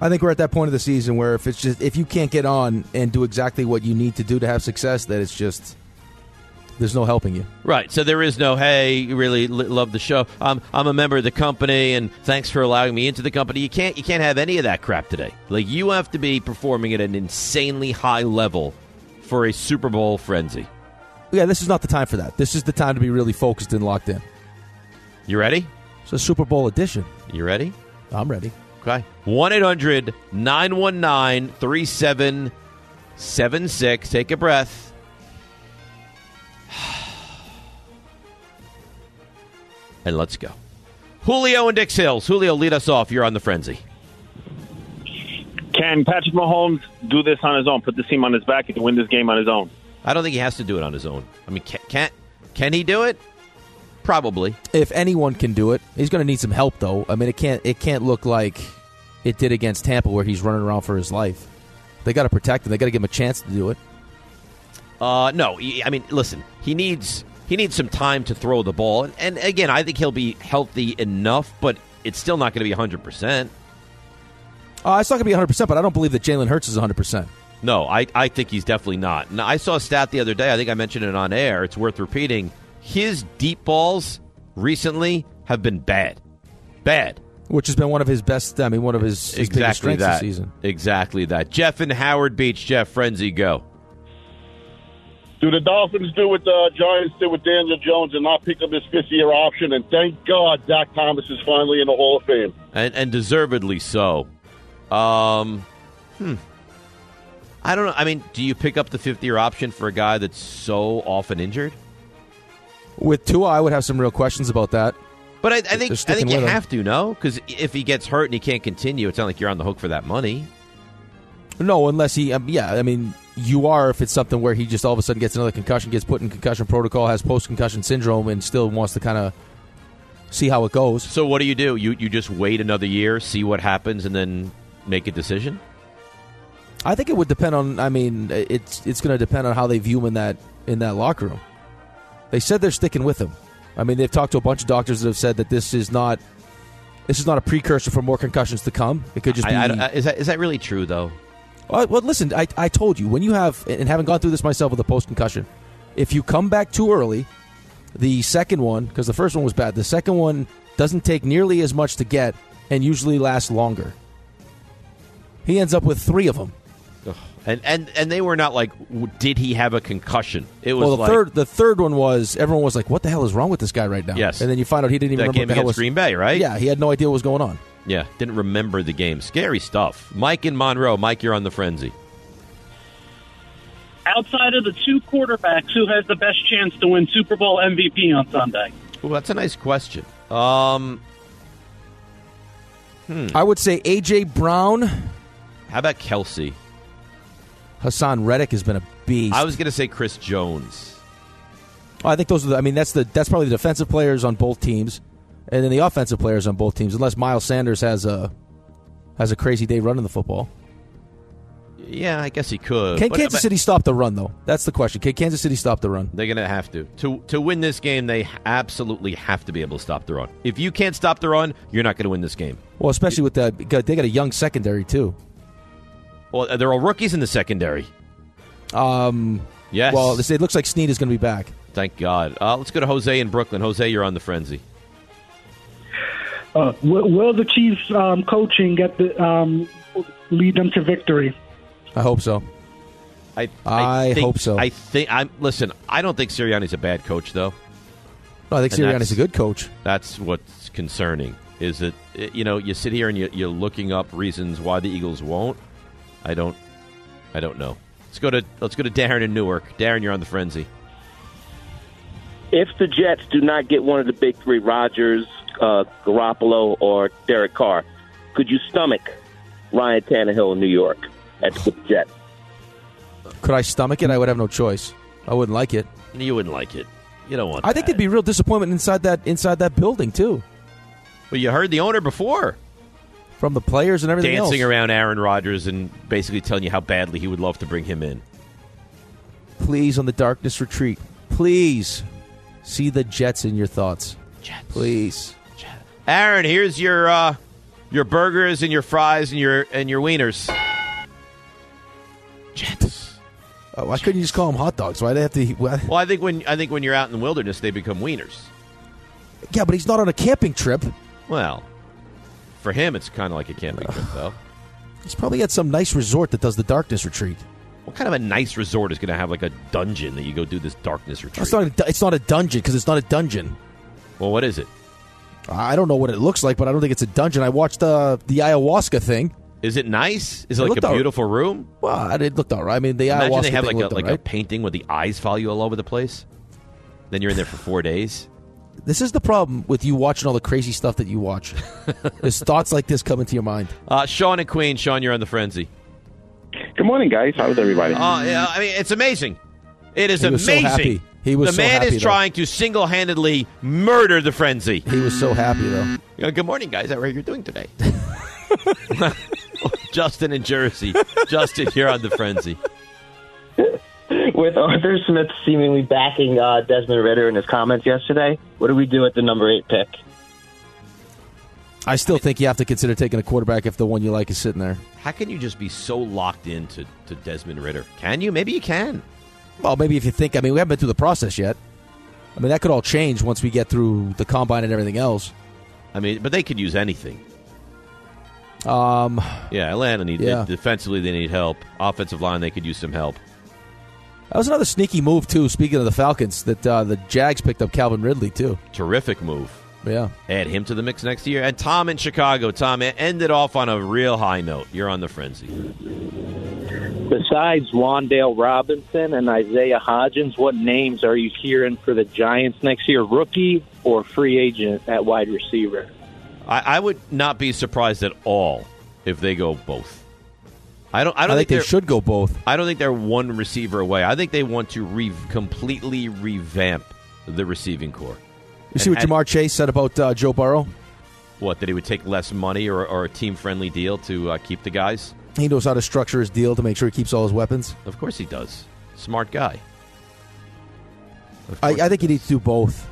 S3: I think we're at that point of the season where if it's just if you can't get on and do exactly what you need to do to have success, that it's just there's no helping you.
S2: Right. So there is no, hey, really li- love the show. Um, I'm a member of the company, and thanks for allowing me into the company. You can't, you can't have any of that crap today. Like you have to be performing at an insanely high level for a Super Bowl frenzy.
S3: Yeah, this is not the time for that. This is the time to be really focused and locked in.
S2: You ready?
S3: It's a Super Bowl edition.
S2: You ready?
S3: I'm ready.
S2: Okay. 1 800 919 3776. Take a breath. And let's go. Julio and Dix Hills. Julio, lead us off. You're on the frenzy.
S12: Can Patrick Mahomes do this on his own? Put this team on his back and win this game on his own?
S2: I don't think he has to do it on his own. I mean, can, can, can he do it? Probably.
S3: If anyone can do it, he's going to need some help though. I mean, it can't it can't look like it did against Tampa where he's running around for his life. They got to protect him. They got to give him a chance to do it.
S2: Uh, no, he- I mean, listen, he needs he needs some time to throw the ball, and, and again, I think he'll be healthy enough, but it's still not going to be hundred percent.
S3: Uh, it's not going to be 100, percent but I don't believe that Jalen Hurts is 100. percent
S2: No, I, I think he's definitely not. Now, I saw a stat the other day. I think I mentioned it on air. It's worth repeating. His deep balls recently have been bad, bad.
S3: Which has been one of his best. I mean, one of his, his biggest
S2: Exactly
S3: strengths
S2: that.
S3: this season.
S2: Exactly that. Jeff and Howard Beach. Jeff Frenzy, go.
S13: Do the Dolphins do what the uh, Giants did with Daniel Jones and not pick up his fifth year option? And thank God Zach Thomas is finally in the Hall of Fame.
S2: and and deservedly so. Um, hmm. I don't know. I mean, do you pick up the fifth-year option for a guy that's so often injured?
S3: With Tua, I would have some real questions about that.
S2: But I, I think I
S3: sticking
S2: think you
S3: with him.
S2: have to no, because if he gets hurt and he can't continue, it's not like you're on the hook for that money.
S3: No, unless he, um, yeah, I mean, you are if it's something where he just all of a sudden gets another concussion, gets put in concussion protocol, has post concussion syndrome, and still wants to kind of see how it goes.
S2: So what do you do? You you just wait another year, see what happens, and then make a decision.
S3: I think it would depend on. I mean, it's it's going to depend on how they view him in that in that locker room. They said they're sticking with him. I mean, they've talked to a bunch of doctors that have said that this is not this is not a precursor for more concussions to come. It could just be.
S2: I- I don't- uh, is that is that really true though?
S3: Uh, well, listen, I, I told you when you have and having gone through this myself with a post concussion, if you come back too early, the second one because the first one was bad, the second one doesn't take nearly as much to get and usually lasts longer. He ends up with three of them.
S2: Ugh. And and and they were not like, w- did he have a concussion? It was
S3: well, the
S2: like
S3: third the third one was everyone was like, "What the hell is wrong with this guy right now?"
S2: Yes.
S3: and then you find out he didn't even
S2: that
S3: remember
S2: game
S3: what the hell
S2: against
S3: was
S2: Green Bay, right?
S3: Yeah, he had no idea what was going on.
S2: Yeah, didn't remember the game. Scary stuff. Mike and Monroe. Mike, you're on the frenzy.
S14: outside of the two quarterbacks, who has the best chance to win Super Bowl MVP on Sunday?
S2: Well, that's a nice question. Um, hmm.
S3: I would say AJ Brown,
S2: How about Kelsey?
S3: Hassan Reddick has been a beast.
S2: I was going to say Chris Jones.
S3: Oh, I think those are. The, I mean, that's the that's probably the defensive players on both teams, and then the offensive players on both teams, unless Miles Sanders has a has a crazy day running the football.
S2: Yeah, I guess he could.
S3: Can
S2: But-
S3: Kansas
S2: but
S3: City stop the run though? That's the question. Can Kansas City stop the run?
S2: They're going to have to. to to win this game. They absolutely have to be able to stop the run. If you can't stop the run, you're not going to win this game.
S3: Well, especially with that, because they got a young secondary too.
S2: Well, they're all rookies in the secondary.
S3: Um,
S2: Yes.
S3: Well, it looks like Snead is going to be back.
S2: Thank God. Uh, let's go to Jose in Brooklyn. Jose, you're on the frenzy.
S14: Uh, will, will the Chiefs um, coaching get the um, lead them to victory?
S3: I hope so.
S2: I,
S3: I
S2: think-
S3: hope so.
S2: I think I'm. Listen, I don't think Sirianni's a bad coach, though.
S3: No, I think
S2: And
S3: Sirianni's
S2: that's-
S3: a good coach.
S2: That's what's concerning. Is that eh, you know you sit here and you, you're looking up reasons why the Eagles won't. I don't. I don't know. Let's go to let's go to Darren in Newark. Darren, you're on the frenzy.
S15: If the Jets do not get one of the big three, Rodgers, uh, Garoppolo, or Derek Carr, could you stomach Ryan Tannehill in New York at the Jets?
S3: Could I stomach it? I would have no choice. I wouldn't like it.
S2: You wouldn't like it. You don't want.
S3: I think there'd be real disappointment inside that inside that building too,
S2: Well, you heard the owner before
S3: from the players and everything
S2: dancing
S3: else.
S2: around Aaron Rodgers and basically telling you how badly he would love to bring him in.
S3: Please, on the darkness retreat, please see the Jets in your thoughts. Jets, please.
S2: Aaron, here's your uh, your burgers and your fries and your and your wieners.
S3: Oh, why couldn't you just call them hot dogs? Why they have to? Why?
S2: Well, I think when I think when you're out in the wilderness, they become wieners.
S3: Yeah, but he's not on a camping trip.
S2: Well, for him, it's kind of like a camping trip, though.
S3: He's probably at some nice resort that does the darkness retreat.
S2: What kind of a nice resort is going to have like a dungeon that you go do this darkness retreat?
S3: It's not. A, du- it's not a dungeon because it's not a dungeon.
S2: Well, what is it?
S3: I I don't know what it looks like, but I don't think it's a dungeon. I watched uh, the ayahuasca thing.
S2: Is it nice? Is it,
S3: It
S2: like
S3: looked
S2: a
S3: all-
S2: beautiful room?
S3: Well, it looked all right. I mean, the
S2: Imagine
S3: ayahuasca
S2: they have
S3: thing
S2: like a
S3: looked all
S2: like a
S3: right.
S2: painting where the eyes follow you all over the place. Then you're in there for four days.
S3: This is the problem with you watching all the crazy stuff that you watch. There's thoughts like this come into your mind.
S2: Uh, Sean and Queen, Sean, you're on the
S3: Mm.
S2: frenzy.
S16: Good morning, guys. How's everybody?
S2: Uh, yeah, I mean, it's amazing. It is
S3: He was so
S2: amazing.
S3: happy. He was
S2: the
S3: so
S2: man
S3: happy,
S2: is
S3: though.
S2: trying to single handedly murder the frenzy.
S3: He was so happy though.
S2: good morning, guys. How are you doing today? Justin in Jersey. Justin, you're on the frenzy.
S17: With Arthur Smith seemingly backing uh, Desmond Ritter in his comments yesterday, what do we do at the number eight pick?
S3: I still think you have to consider taking a quarterback if the one you like is sitting there.
S2: How can you just be so locked into to Desmond Ritter? Can you? Maybe you can.
S3: Well, maybe if you think, I mean, we haven't been through the process yet. I mean, that could all change once we get through the combine and everything else.
S2: I mean, but they could use anything.
S3: Um,
S2: Yeah, Atlanta need
S3: Yeah.
S2: defensively. They need help. Offensive line, they could use some help.
S3: that was another sneaky move too. Speaking of the Falcons, that uh, the Jags picked up Calvin Ridley too.
S2: Terrific move.
S3: Yeah,
S2: Add him to the mix next year. And Tom in Chicago. Tom e- ended off on a real high note. You're on the frenzy.
S18: Besides Wandale Robinson and Isaiah Hodgins, what names are you hearing for the Giants next year? Rookie or free agent at wide receiver?
S2: I, I would not be surprised at all if they go both. I don't. I don't
S3: I think they
S2: they're-
S3: should go both.
S2: I don't think they're one receiver away. I think they want to re- completely revamp the receiving core.
S3: You see what
S2: And-
S3: Jamar Chase said about uh, Joe Burrow?
S2: What that it would take less money or, or a team friendly deal to uh, keep the guys.
S3: He knows how to structure his deal to make sure he keeps all his weapons.
S2: Of course he does. Smart guy.
S3: I, I think he needs to do both.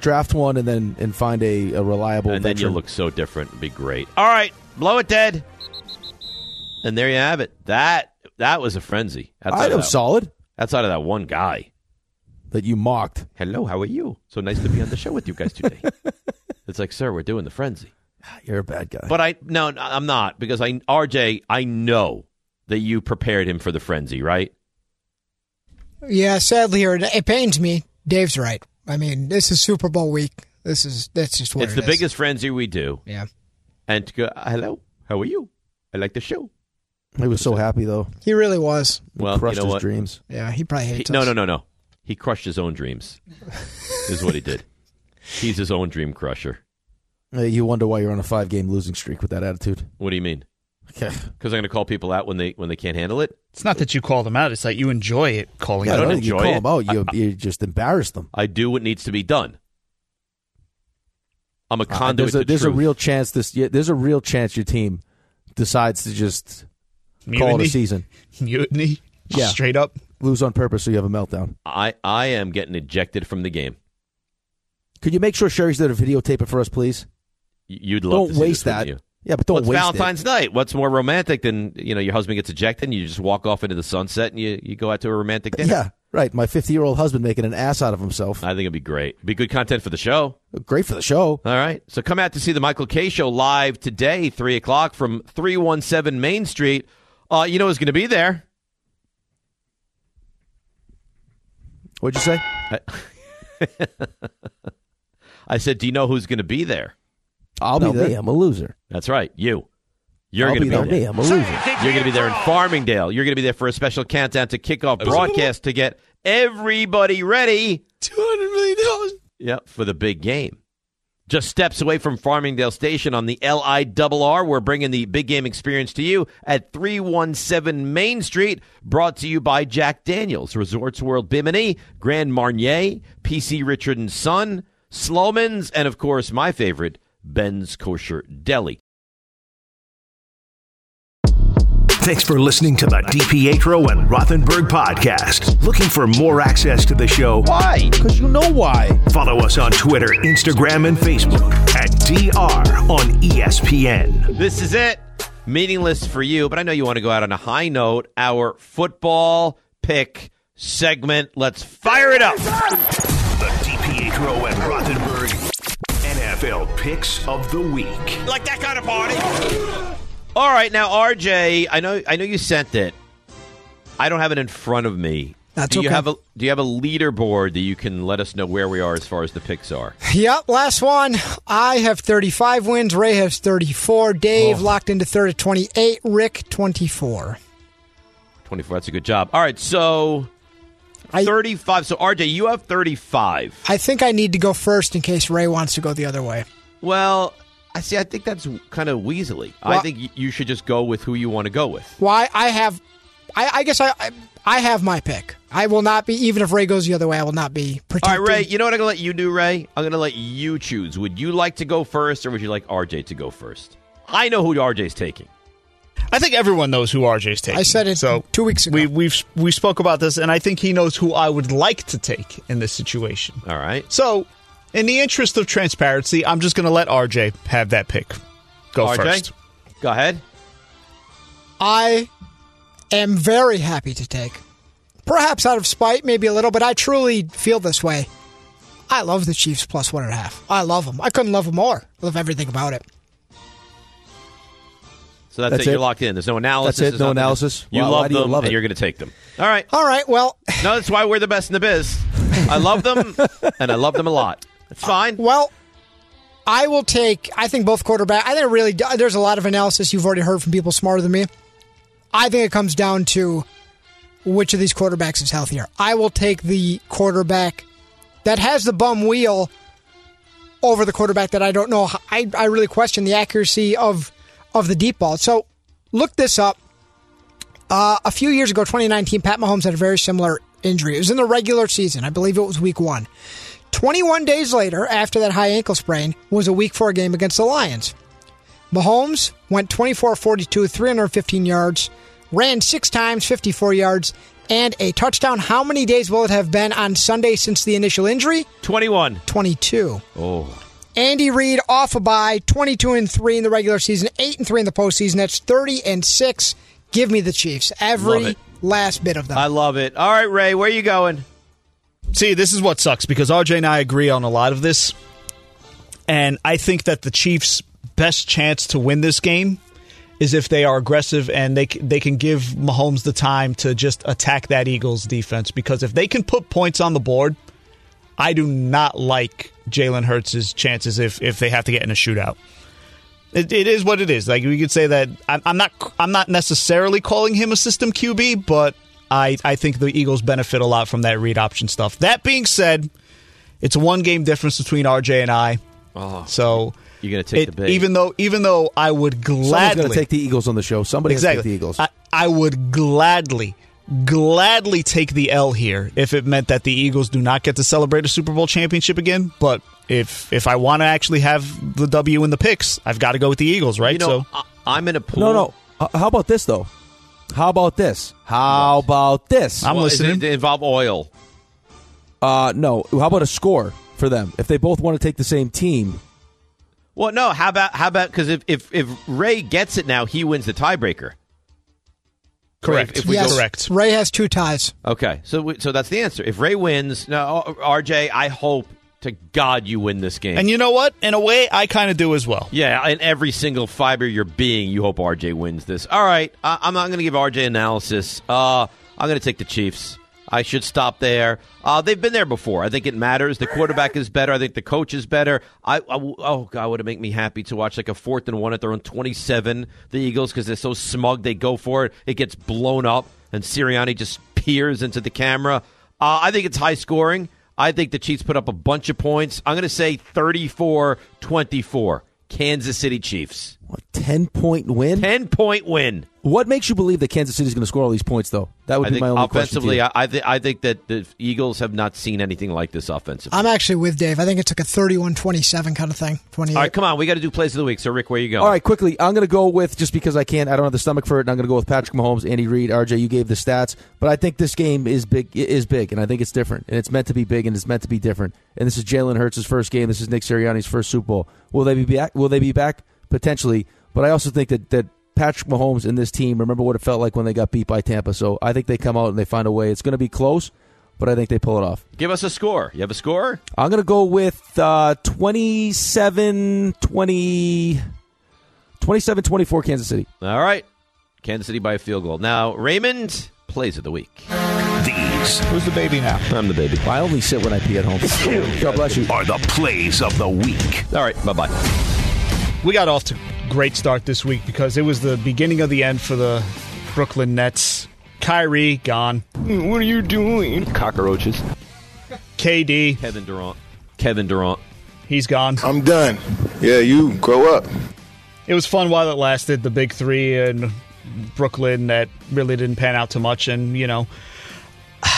S3: Draft one and then and find a, a reliable
S2: and then you
S3: veteran.
S2: look so different. It'd be great. All right, blow it dead. And there you have it. That that was a frenzy.
S3: I
S2: of
S3: know,
S2: that-
S3: solid.
S2: Outside of that one guy
S3: that you mocked.
S2: Hello, how are you? So nice to be on the show with you guys today. it's like, sir, we're doing the frenzy.
S3: You're a bad guy.
S2: But I no, no, I'm not because I RJ. I know that you prepared him for the frenzy, right?
S7: Yeah, sadly, or it pains me. Dave's right. I mean, this is Super Bowl week. This is that's just what
S2: it's
S7: it
S2: the
S7: is.
S2: biggest frenzy we do.
S7: Yeah.
S2: And to go, uh, hello, how are you? I like the show.
S3: He was so happy though.
S7: He really was.
S2: Well,
S3: crushed
S2: you know
S3: his
S2: what?
S3: dreams.
S7: Yeah, he probably hates
S2: He- no,
S7: us.
S2: no, no, no. He crushed his own dreams. is what he did. He's his own dream crusher.
S3: Uh, You wonder why you're on a five game losing streak with that attitude.
S2: What do you mean?
S3: Okay.
S2: Because I'm going to call people out when they when they can't handle it.
S10: It's not that you call them out; it's that you enjoy it calling.
S2: Yeah, I
S10: them
S2: don't
S10: out.
S2: enjoy it.
S3: Them out. You, you just embarrass them.
S2: I do what needs to be done. I'm a
S3: Uh,
S2: conduit
S3: there's a,
S2: to
S3: there's a
S2: truth.
S3: real chance this. Yeah, there's a real chance your team decides to just call it
S10: Mutiny?
S3: a season.
S10: Mutiny.
S3: Yeah.
S10: Straight up
S3: lose on purpose, so you have a meltdown.
S2: I I am getting ejected from the game.
S3: Could you make sure Sherry's there to videotape it for us, please?
S2: Y- You'd love
S3: Don't
S2: to see
S3: waste
S2: this,
S3: that.
S2: wouldn't you?
S3: Yeah, but don't
S2: Well, it's
S3: waste it.
S2: Valentine's night. What's more romantic than you know your husband gets ejected and you just walk off into the sunset and you, you go out to a romantic dinner?
S3: Yeah. Right, my 50 year old husband making an ass out of himself.
S2: I think it'd be great. It'd be good content for the show.
S3: Great for the show.
S2: All right. So come out to see the Michael K. Show live today, 3 o'clock from 317 Main Street. Uh, you know who's going to be there?
S3: What'd you say?
S2: I, I said, do you know who's going to be there?
S3: I'll be
S2: No,
S3: there.
S2: me.
S3: I'm a loser.
S2: That's right. You. You're
S3: I'll
S2: going to
S3: be
S2: be, there.
S3: there. Me, I'm a loser.
S2: You're going to be there in Farmingdale. You're going to be there for a special countdown to kickoff broadcast to get everybody ready.
S1: Two hundred million dollars.
S2: Yep, for the big game. Just steps away from Farmingdale Station on the LIRR. We're bringing the big game experience to you at 317 Main Street, brought to you by Jack Daniels, Resorts World Bimini, Grand Marnier, PC Richard and Son, Sloman's, and of course, my favorite, Ben's Kosher Deli.
S8: Thanks for listening to the DiPietro and Rothenberg podcast. Looking for more access to the show?
S3: Why? Because you know why.
S8: Follow us on Twitter, Instagram, and Facebook at DR on E ESPN.
S2: This is it. Meaningless for you, but I know you want to go out on a high note. Our football pick segment. Let's fire it up.
S8: The DiPietro and Rothenberg NFL picks of the week.
S2: Like that kind of party. All right, now RJ, I know I know you sent it. I don't have it in front of me.
S7: That's
S2: do you
S7: okay.
S2: have a do you have a leaderboard that you can let us know where we are as far as the picks are?
S7: Yep, last one. I have 35 wins. Ray has 34. Dave
S2: Oh.
S7: locked into third at 28. Rick, 24.
S2: 24. That's a good job. All right, so 35. So RJ, you have 35.
S7: I think I need to go first in case Ray wants to go the other way.
S2: Well, I see. I think that's kind of weaselly. I
S7: Well-
S2: think y- you should just go with who you want to go with.
S7: Why? I have. I, I guess I, I I have my pick. I will not be, even if Ray goes the other way, I will not be
S2: All
S7: protected.
S2: right, Ray. You know what I'm gonna let you do, Ray? I'm gonna let you choose. Would you like to go first, or would you like RJ to go first? I know who RJ's taking.
S10: I think everyone knows who RJ's taking. I said it so
S7: two weeks ago.
S10: We we've we spoke about this, and I think he knows who I would like to take in this situation.
S2: All right.
S10: So, in the interest of transparency, I'm just going to let RJ have that pick. Go
S2: RJ?
S10: first.
S2: Go ahead.
S7: I am very happy to take. Perhaps out of spite, maybe a little, but I truly feel this way. I love the Chiefs plus one and a half. I love them. I couldn't love them more. I love everything about it.
S2: So that's,
S3: That's
S2: it.
S3: it.
S2: You're locked in. There's no analysis.
S3: That's it.
S2: There's
S3: No
S2: nothing.
S3: analysis.
S2: You
S3: Wow, why
S2: love
S3: do you
S2: them,
S3: love
S2: and
S3: it?
S2: you're gonna take them. All right.
S7: All right. Well,
S2: No, that's why we're the best in the biz. I love them, and I love them a lot. It's fine.
S7: well, I will take. I think both quarterback. I think really there's a lot of analysis you've already heard from people smarter than me. I think it comes down to which of these quarterbacks is healthier. I will take the quarterback that has the bum wheel over the quarterback that I don't know. I, I really question the accuracy of of the deep ball. So look this up. Uh, a few years ago, 2019, Pat Mahomes had a very similar injury. It was in the regular season. I believe it was week one. 21 days later, after that high ankle sprain, was a week four game against the Lions. Mahomes went 24 42, 315 yards, ran six times, 54 yards, and a touchdown. How many days will it have been on Sunday since the initial injury?
S2: 21.
S7: 22.
S2: Oh,
S7: Andy Reid off a bye, 22 and 3 in the regular season, 8 and 3 in the postseason. That's 30 and 6. Give me the Chiefs.
S2: Love
S7: Every
S2: it.
S7: last bit of them.
S2: I love it. All right, Ray. Where you going?
S10: See, this is what sucks because RJ and I agree on a lot of this. And I think that the Chiefs' best chance to win this game is if they are aggressive and they c- they can give Mahomes the time to just attack that Eagles defense because if they can put points on the board, I do not like Jalen Hurts' chances if if they have to get in a shootout. It, it is what it is. Like we could say that I'm, I'm not I'm not necessarily calling him a system QB, but I I think the Eagles benefit a lot from that read option stuff. That being said, it's a one game difference between RJ and I.
S2: Oh,
S10: so
S2: you're gonna take
S10: it-
S2: the bait.
S10: even though even though I would
S3: Someone's
S10: gladly
S3: going to take the Eagles on the show. Somebody has to
S10: exactly
S3: take the Eagles.
S10: I, I would gladly gladly take the L here if it meant that the Eagles do not get to celebrate a Super Bowl championship again, but if if I want to actually have the W in the picks, I've got to go with the Eagles, right?
S2: You know,
S10: so
S2: I, am in a pool.
S3: no, no. Uh, how about this though? How about this? How about this?
S2: Well, is It, they involve oil.
S3: Uh, no. How about a score for them if they both want to take the same team?
S2: Well, no. How about how about because if, if if Ray gets it now, he wins the tiebreaker.
S10: Correct.
S2: If we
S7: yes,
S2: go-
S7: Ray has two ties.
S2: Okay, so we, so that's the answer. If Ray wins, now RJ, I hope to God you win this game.
S10: And you know what? In a way, I kind of do as well.
S2: yeah, in every single fiber of your being, you hope RJ wins this. All right, I, I'm not going to give RJ analysis. Uh, I'm going to take the Chiefs. I should stop there. Uh, they've been there before. I think it matters. The quarterback is better. I think the coach is better. I, I w- oh god, would it make me happy to watch like a fourth and one at their own 27? The Eagles because they're so smug, they go for it. It gets blown up, and Sirianni just peers into the camera. Uh, I think it's high scoring. I think the Chiefs put up a bunch of points. I'm going to say 34-24. Kansas City Chiefs.
S3: What, 10 point win?
S2: 10 point win.
S3: What makes you believe that Kansas City's going to score all these points, though? That would
S2: I
S3: be
S2: think
S3: my only question. to
S2: offensively,
S3: you.
S2: I, I, th- I think that the Eagles have not seen anything like this offensively.
S7: I'm actually with Dave. I think it's like a 31-27 kind of thing. 28.
S2: All right, come on. We got to do plays of the week. So, Rick, where you going?
S3: All right, quickly, I'm going to go with just because I can't. I don't have the stomach for it. And I'm going to go with Patrick Mahomes, Andy Reid, RJ. You gave the stats, but I think this game is big. Is big, and I think it's different, and it's meant to be big, and it's meant to be different. And this is Jalen Hurts' first game. This is Nick Sirianni's first Super Bowl. Will they be back? Will they be back potentially? But I also think that that Patrick Mahomes and this team remember what it felt like when they got beat by Tampa. So I think they come out and they find a way. It's going to be close, but I think they pull it off.
S2: Give us a score. You have a score?
S3: I'm going to go with uh, 27 20, 27 24 Kansas City.
S2: All right. Kansas City by a field goal. Now, Raymond, plays of the week.
S8: These
S10: Who's the baby now?
S2: I'm the baby.
S3: I only sit when I pee at home. God bless you.
S8: Are the plays of the week.
S2: All right. Bye bye.
S10: We got off to a great start this week because it was the beginning of the end for the Brooklyn Nets. Kyrie gone. What are you doing?
S2: Cockroaches.
S10: KD.
S2: Kevin Durant. Kevin Durant.
S10: He's gone.
S1: I'm done. Yeah, you grow up.
S10: It was fun while it lasted. The big three in Brooklyn that really didn't pan out to much, and you know,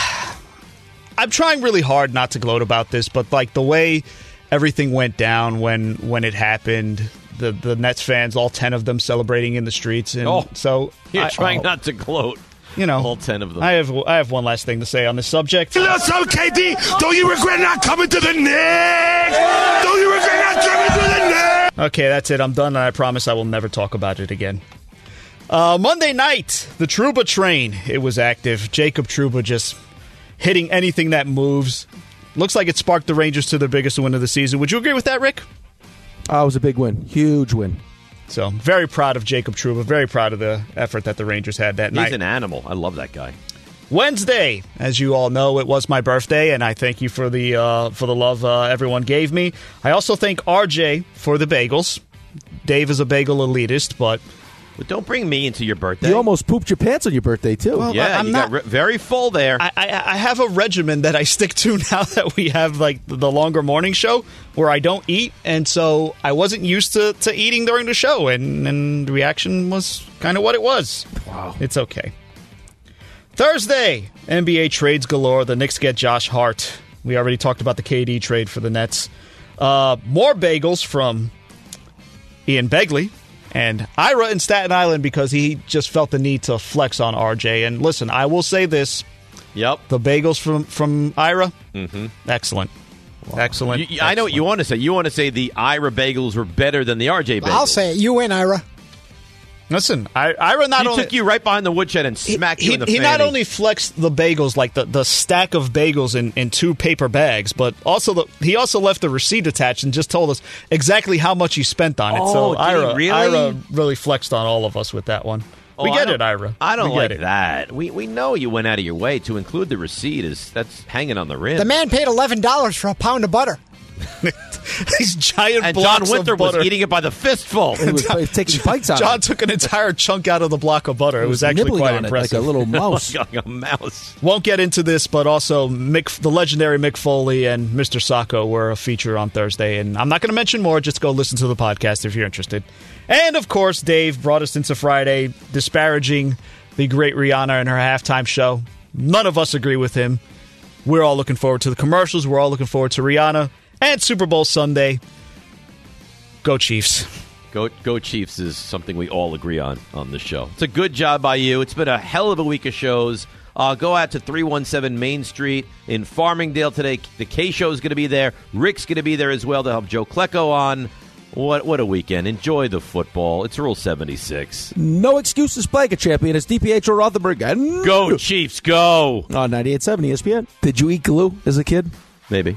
S10: I'm trying really hard not to gloat about this, but like the way everything went down when when it happened, the the Nets fans, all ten of them, celebrating in the streets, and
S2: Oh.
S10: so
S2: You're
S10: I-
S2: trying
S10: oh,
S2: not to gloat.
S10: You know,
S2: all 10 of them.
S10: I have I have one last thing to say on this subject.
S4: Listen, KD, don't you regret not coming to the Knicks? Don't you regret not coming to the Knicks?
S10: Okay, that's it. I'm done, and I promise I will never talk about it again. Uh, Monday night, the Truba train. It was active. Jacob Truba just hitting anything that moves. Looks like it sparked the Rangers to their biggest win of the season. Would you agree with that, Rick?
S3: Ah, it was a big win. Huge win.
S10: So, very proud of Jacob Truba. Very proud of the effort that the Rangers had that night.
S2: He's an animal. I love that guy.
S10: Wednesday, as you all know, it was my birthday, and I thank you for the uh, for the love uh, everyone gave me. I also thank RJ for the bagels. Dave is a bagel elitist, but
S2: But don't bring me into your birthday.
S3: You almost pooped your pants on your birthday, too.
S2: yeah, you got re- very full there.
S10: I, I, I have a regimen that I stick to now that we have like the longer morning show where I don't eat, and so I wasn't used to, to eating during the show, and and the reaction was kind of what it was. Wow, it's okay. Thursday, NBA trades galore. The Knicks get Josh Hart. We already talked about the KD trade for the Nets. Uh, more bagels from Ian Begley and Ira in Staten Island because he just felt the need to flex on RJ. And listen, I will say this.
S2: Yep.
S10: The bagels from from Ira,
S2: Mhm.
S10: excellent, excellent.
S2: You- you- I know what you want to say. You want to say the Ira bagels were better than the RJ bagels.
S7: I'll say it. You win, Ira.
S10: Listen, I, Ira not
S2: he
S10: only
S2: took you right behind the woodshed and smacked you
S10: he,
S2: in the
S10: he
S2: fanny.
S10: not only flexed the bagels like the, the stack of bagels in, in two paper bags, but also the, he also left the receipt attached and just told us exactly how much he spent on it.
S2: Oh,
S10: so
S2: did he
S10: Ira
S2: really?
S10: Ira really flexed on all of us with that one.
S2: Oh,
S10: we
S2: I
S10: get
S2: don't-
S10: it, Ira.
S2: I don't
S10: We get
S2: like
S10: it.
S2: that. We we know you went out of your way to include the receipt. Is that's hanging on the rim?
S7: The man paid eleven dollars for a pound of butter.
S10: These giant
S2: and John
S10: blocks
S2: Winther
S10: of butter.
S2: was eating it by the fistful.
S3: He was like, taking bites out.
S10: John
S3: of
S10: took an entire chunk out of the block of butter. It
S3: He
S10: was
S3: was
S10: actually
S3: nibbling
S10: quite
S3: on it
S10: impressive. Oh
S3: like a little mouse.
S2: Like a mouse.
S10: Won't get into this, but also Mick, the legendary Mick Foley and Mr. Sacco were a feature on Thursday, and I'm not going to mention more. Just go listen to the podcast if you're interested. And of course, Dave brought us into Friday, disparaging the great Rihanna and her halftime show. None of us agree with him. We're all looking forward to the commercials. We're all looking forward to Rihanna and Super Bowl Sunday. Go Chiefs!
S2: Go Go Chiefs is something we all agree on on the show. It's a good job by you. It's been a hell of a week of shows. Uh, go out to 317 Main Street in Farmingdale today. The K Show is going to be there. Rick's going to be there as well to help Joe Klecko on. What what a weekend! Enjoy the football. It's Rule seventy six.
S3: No excuses, blanket champion. It's DPHO Rothenberg. And
S2: go, Chiefs, go.
S3: On 98.7 ESPN. Did you eat glue as a kid?
S2: Maybe.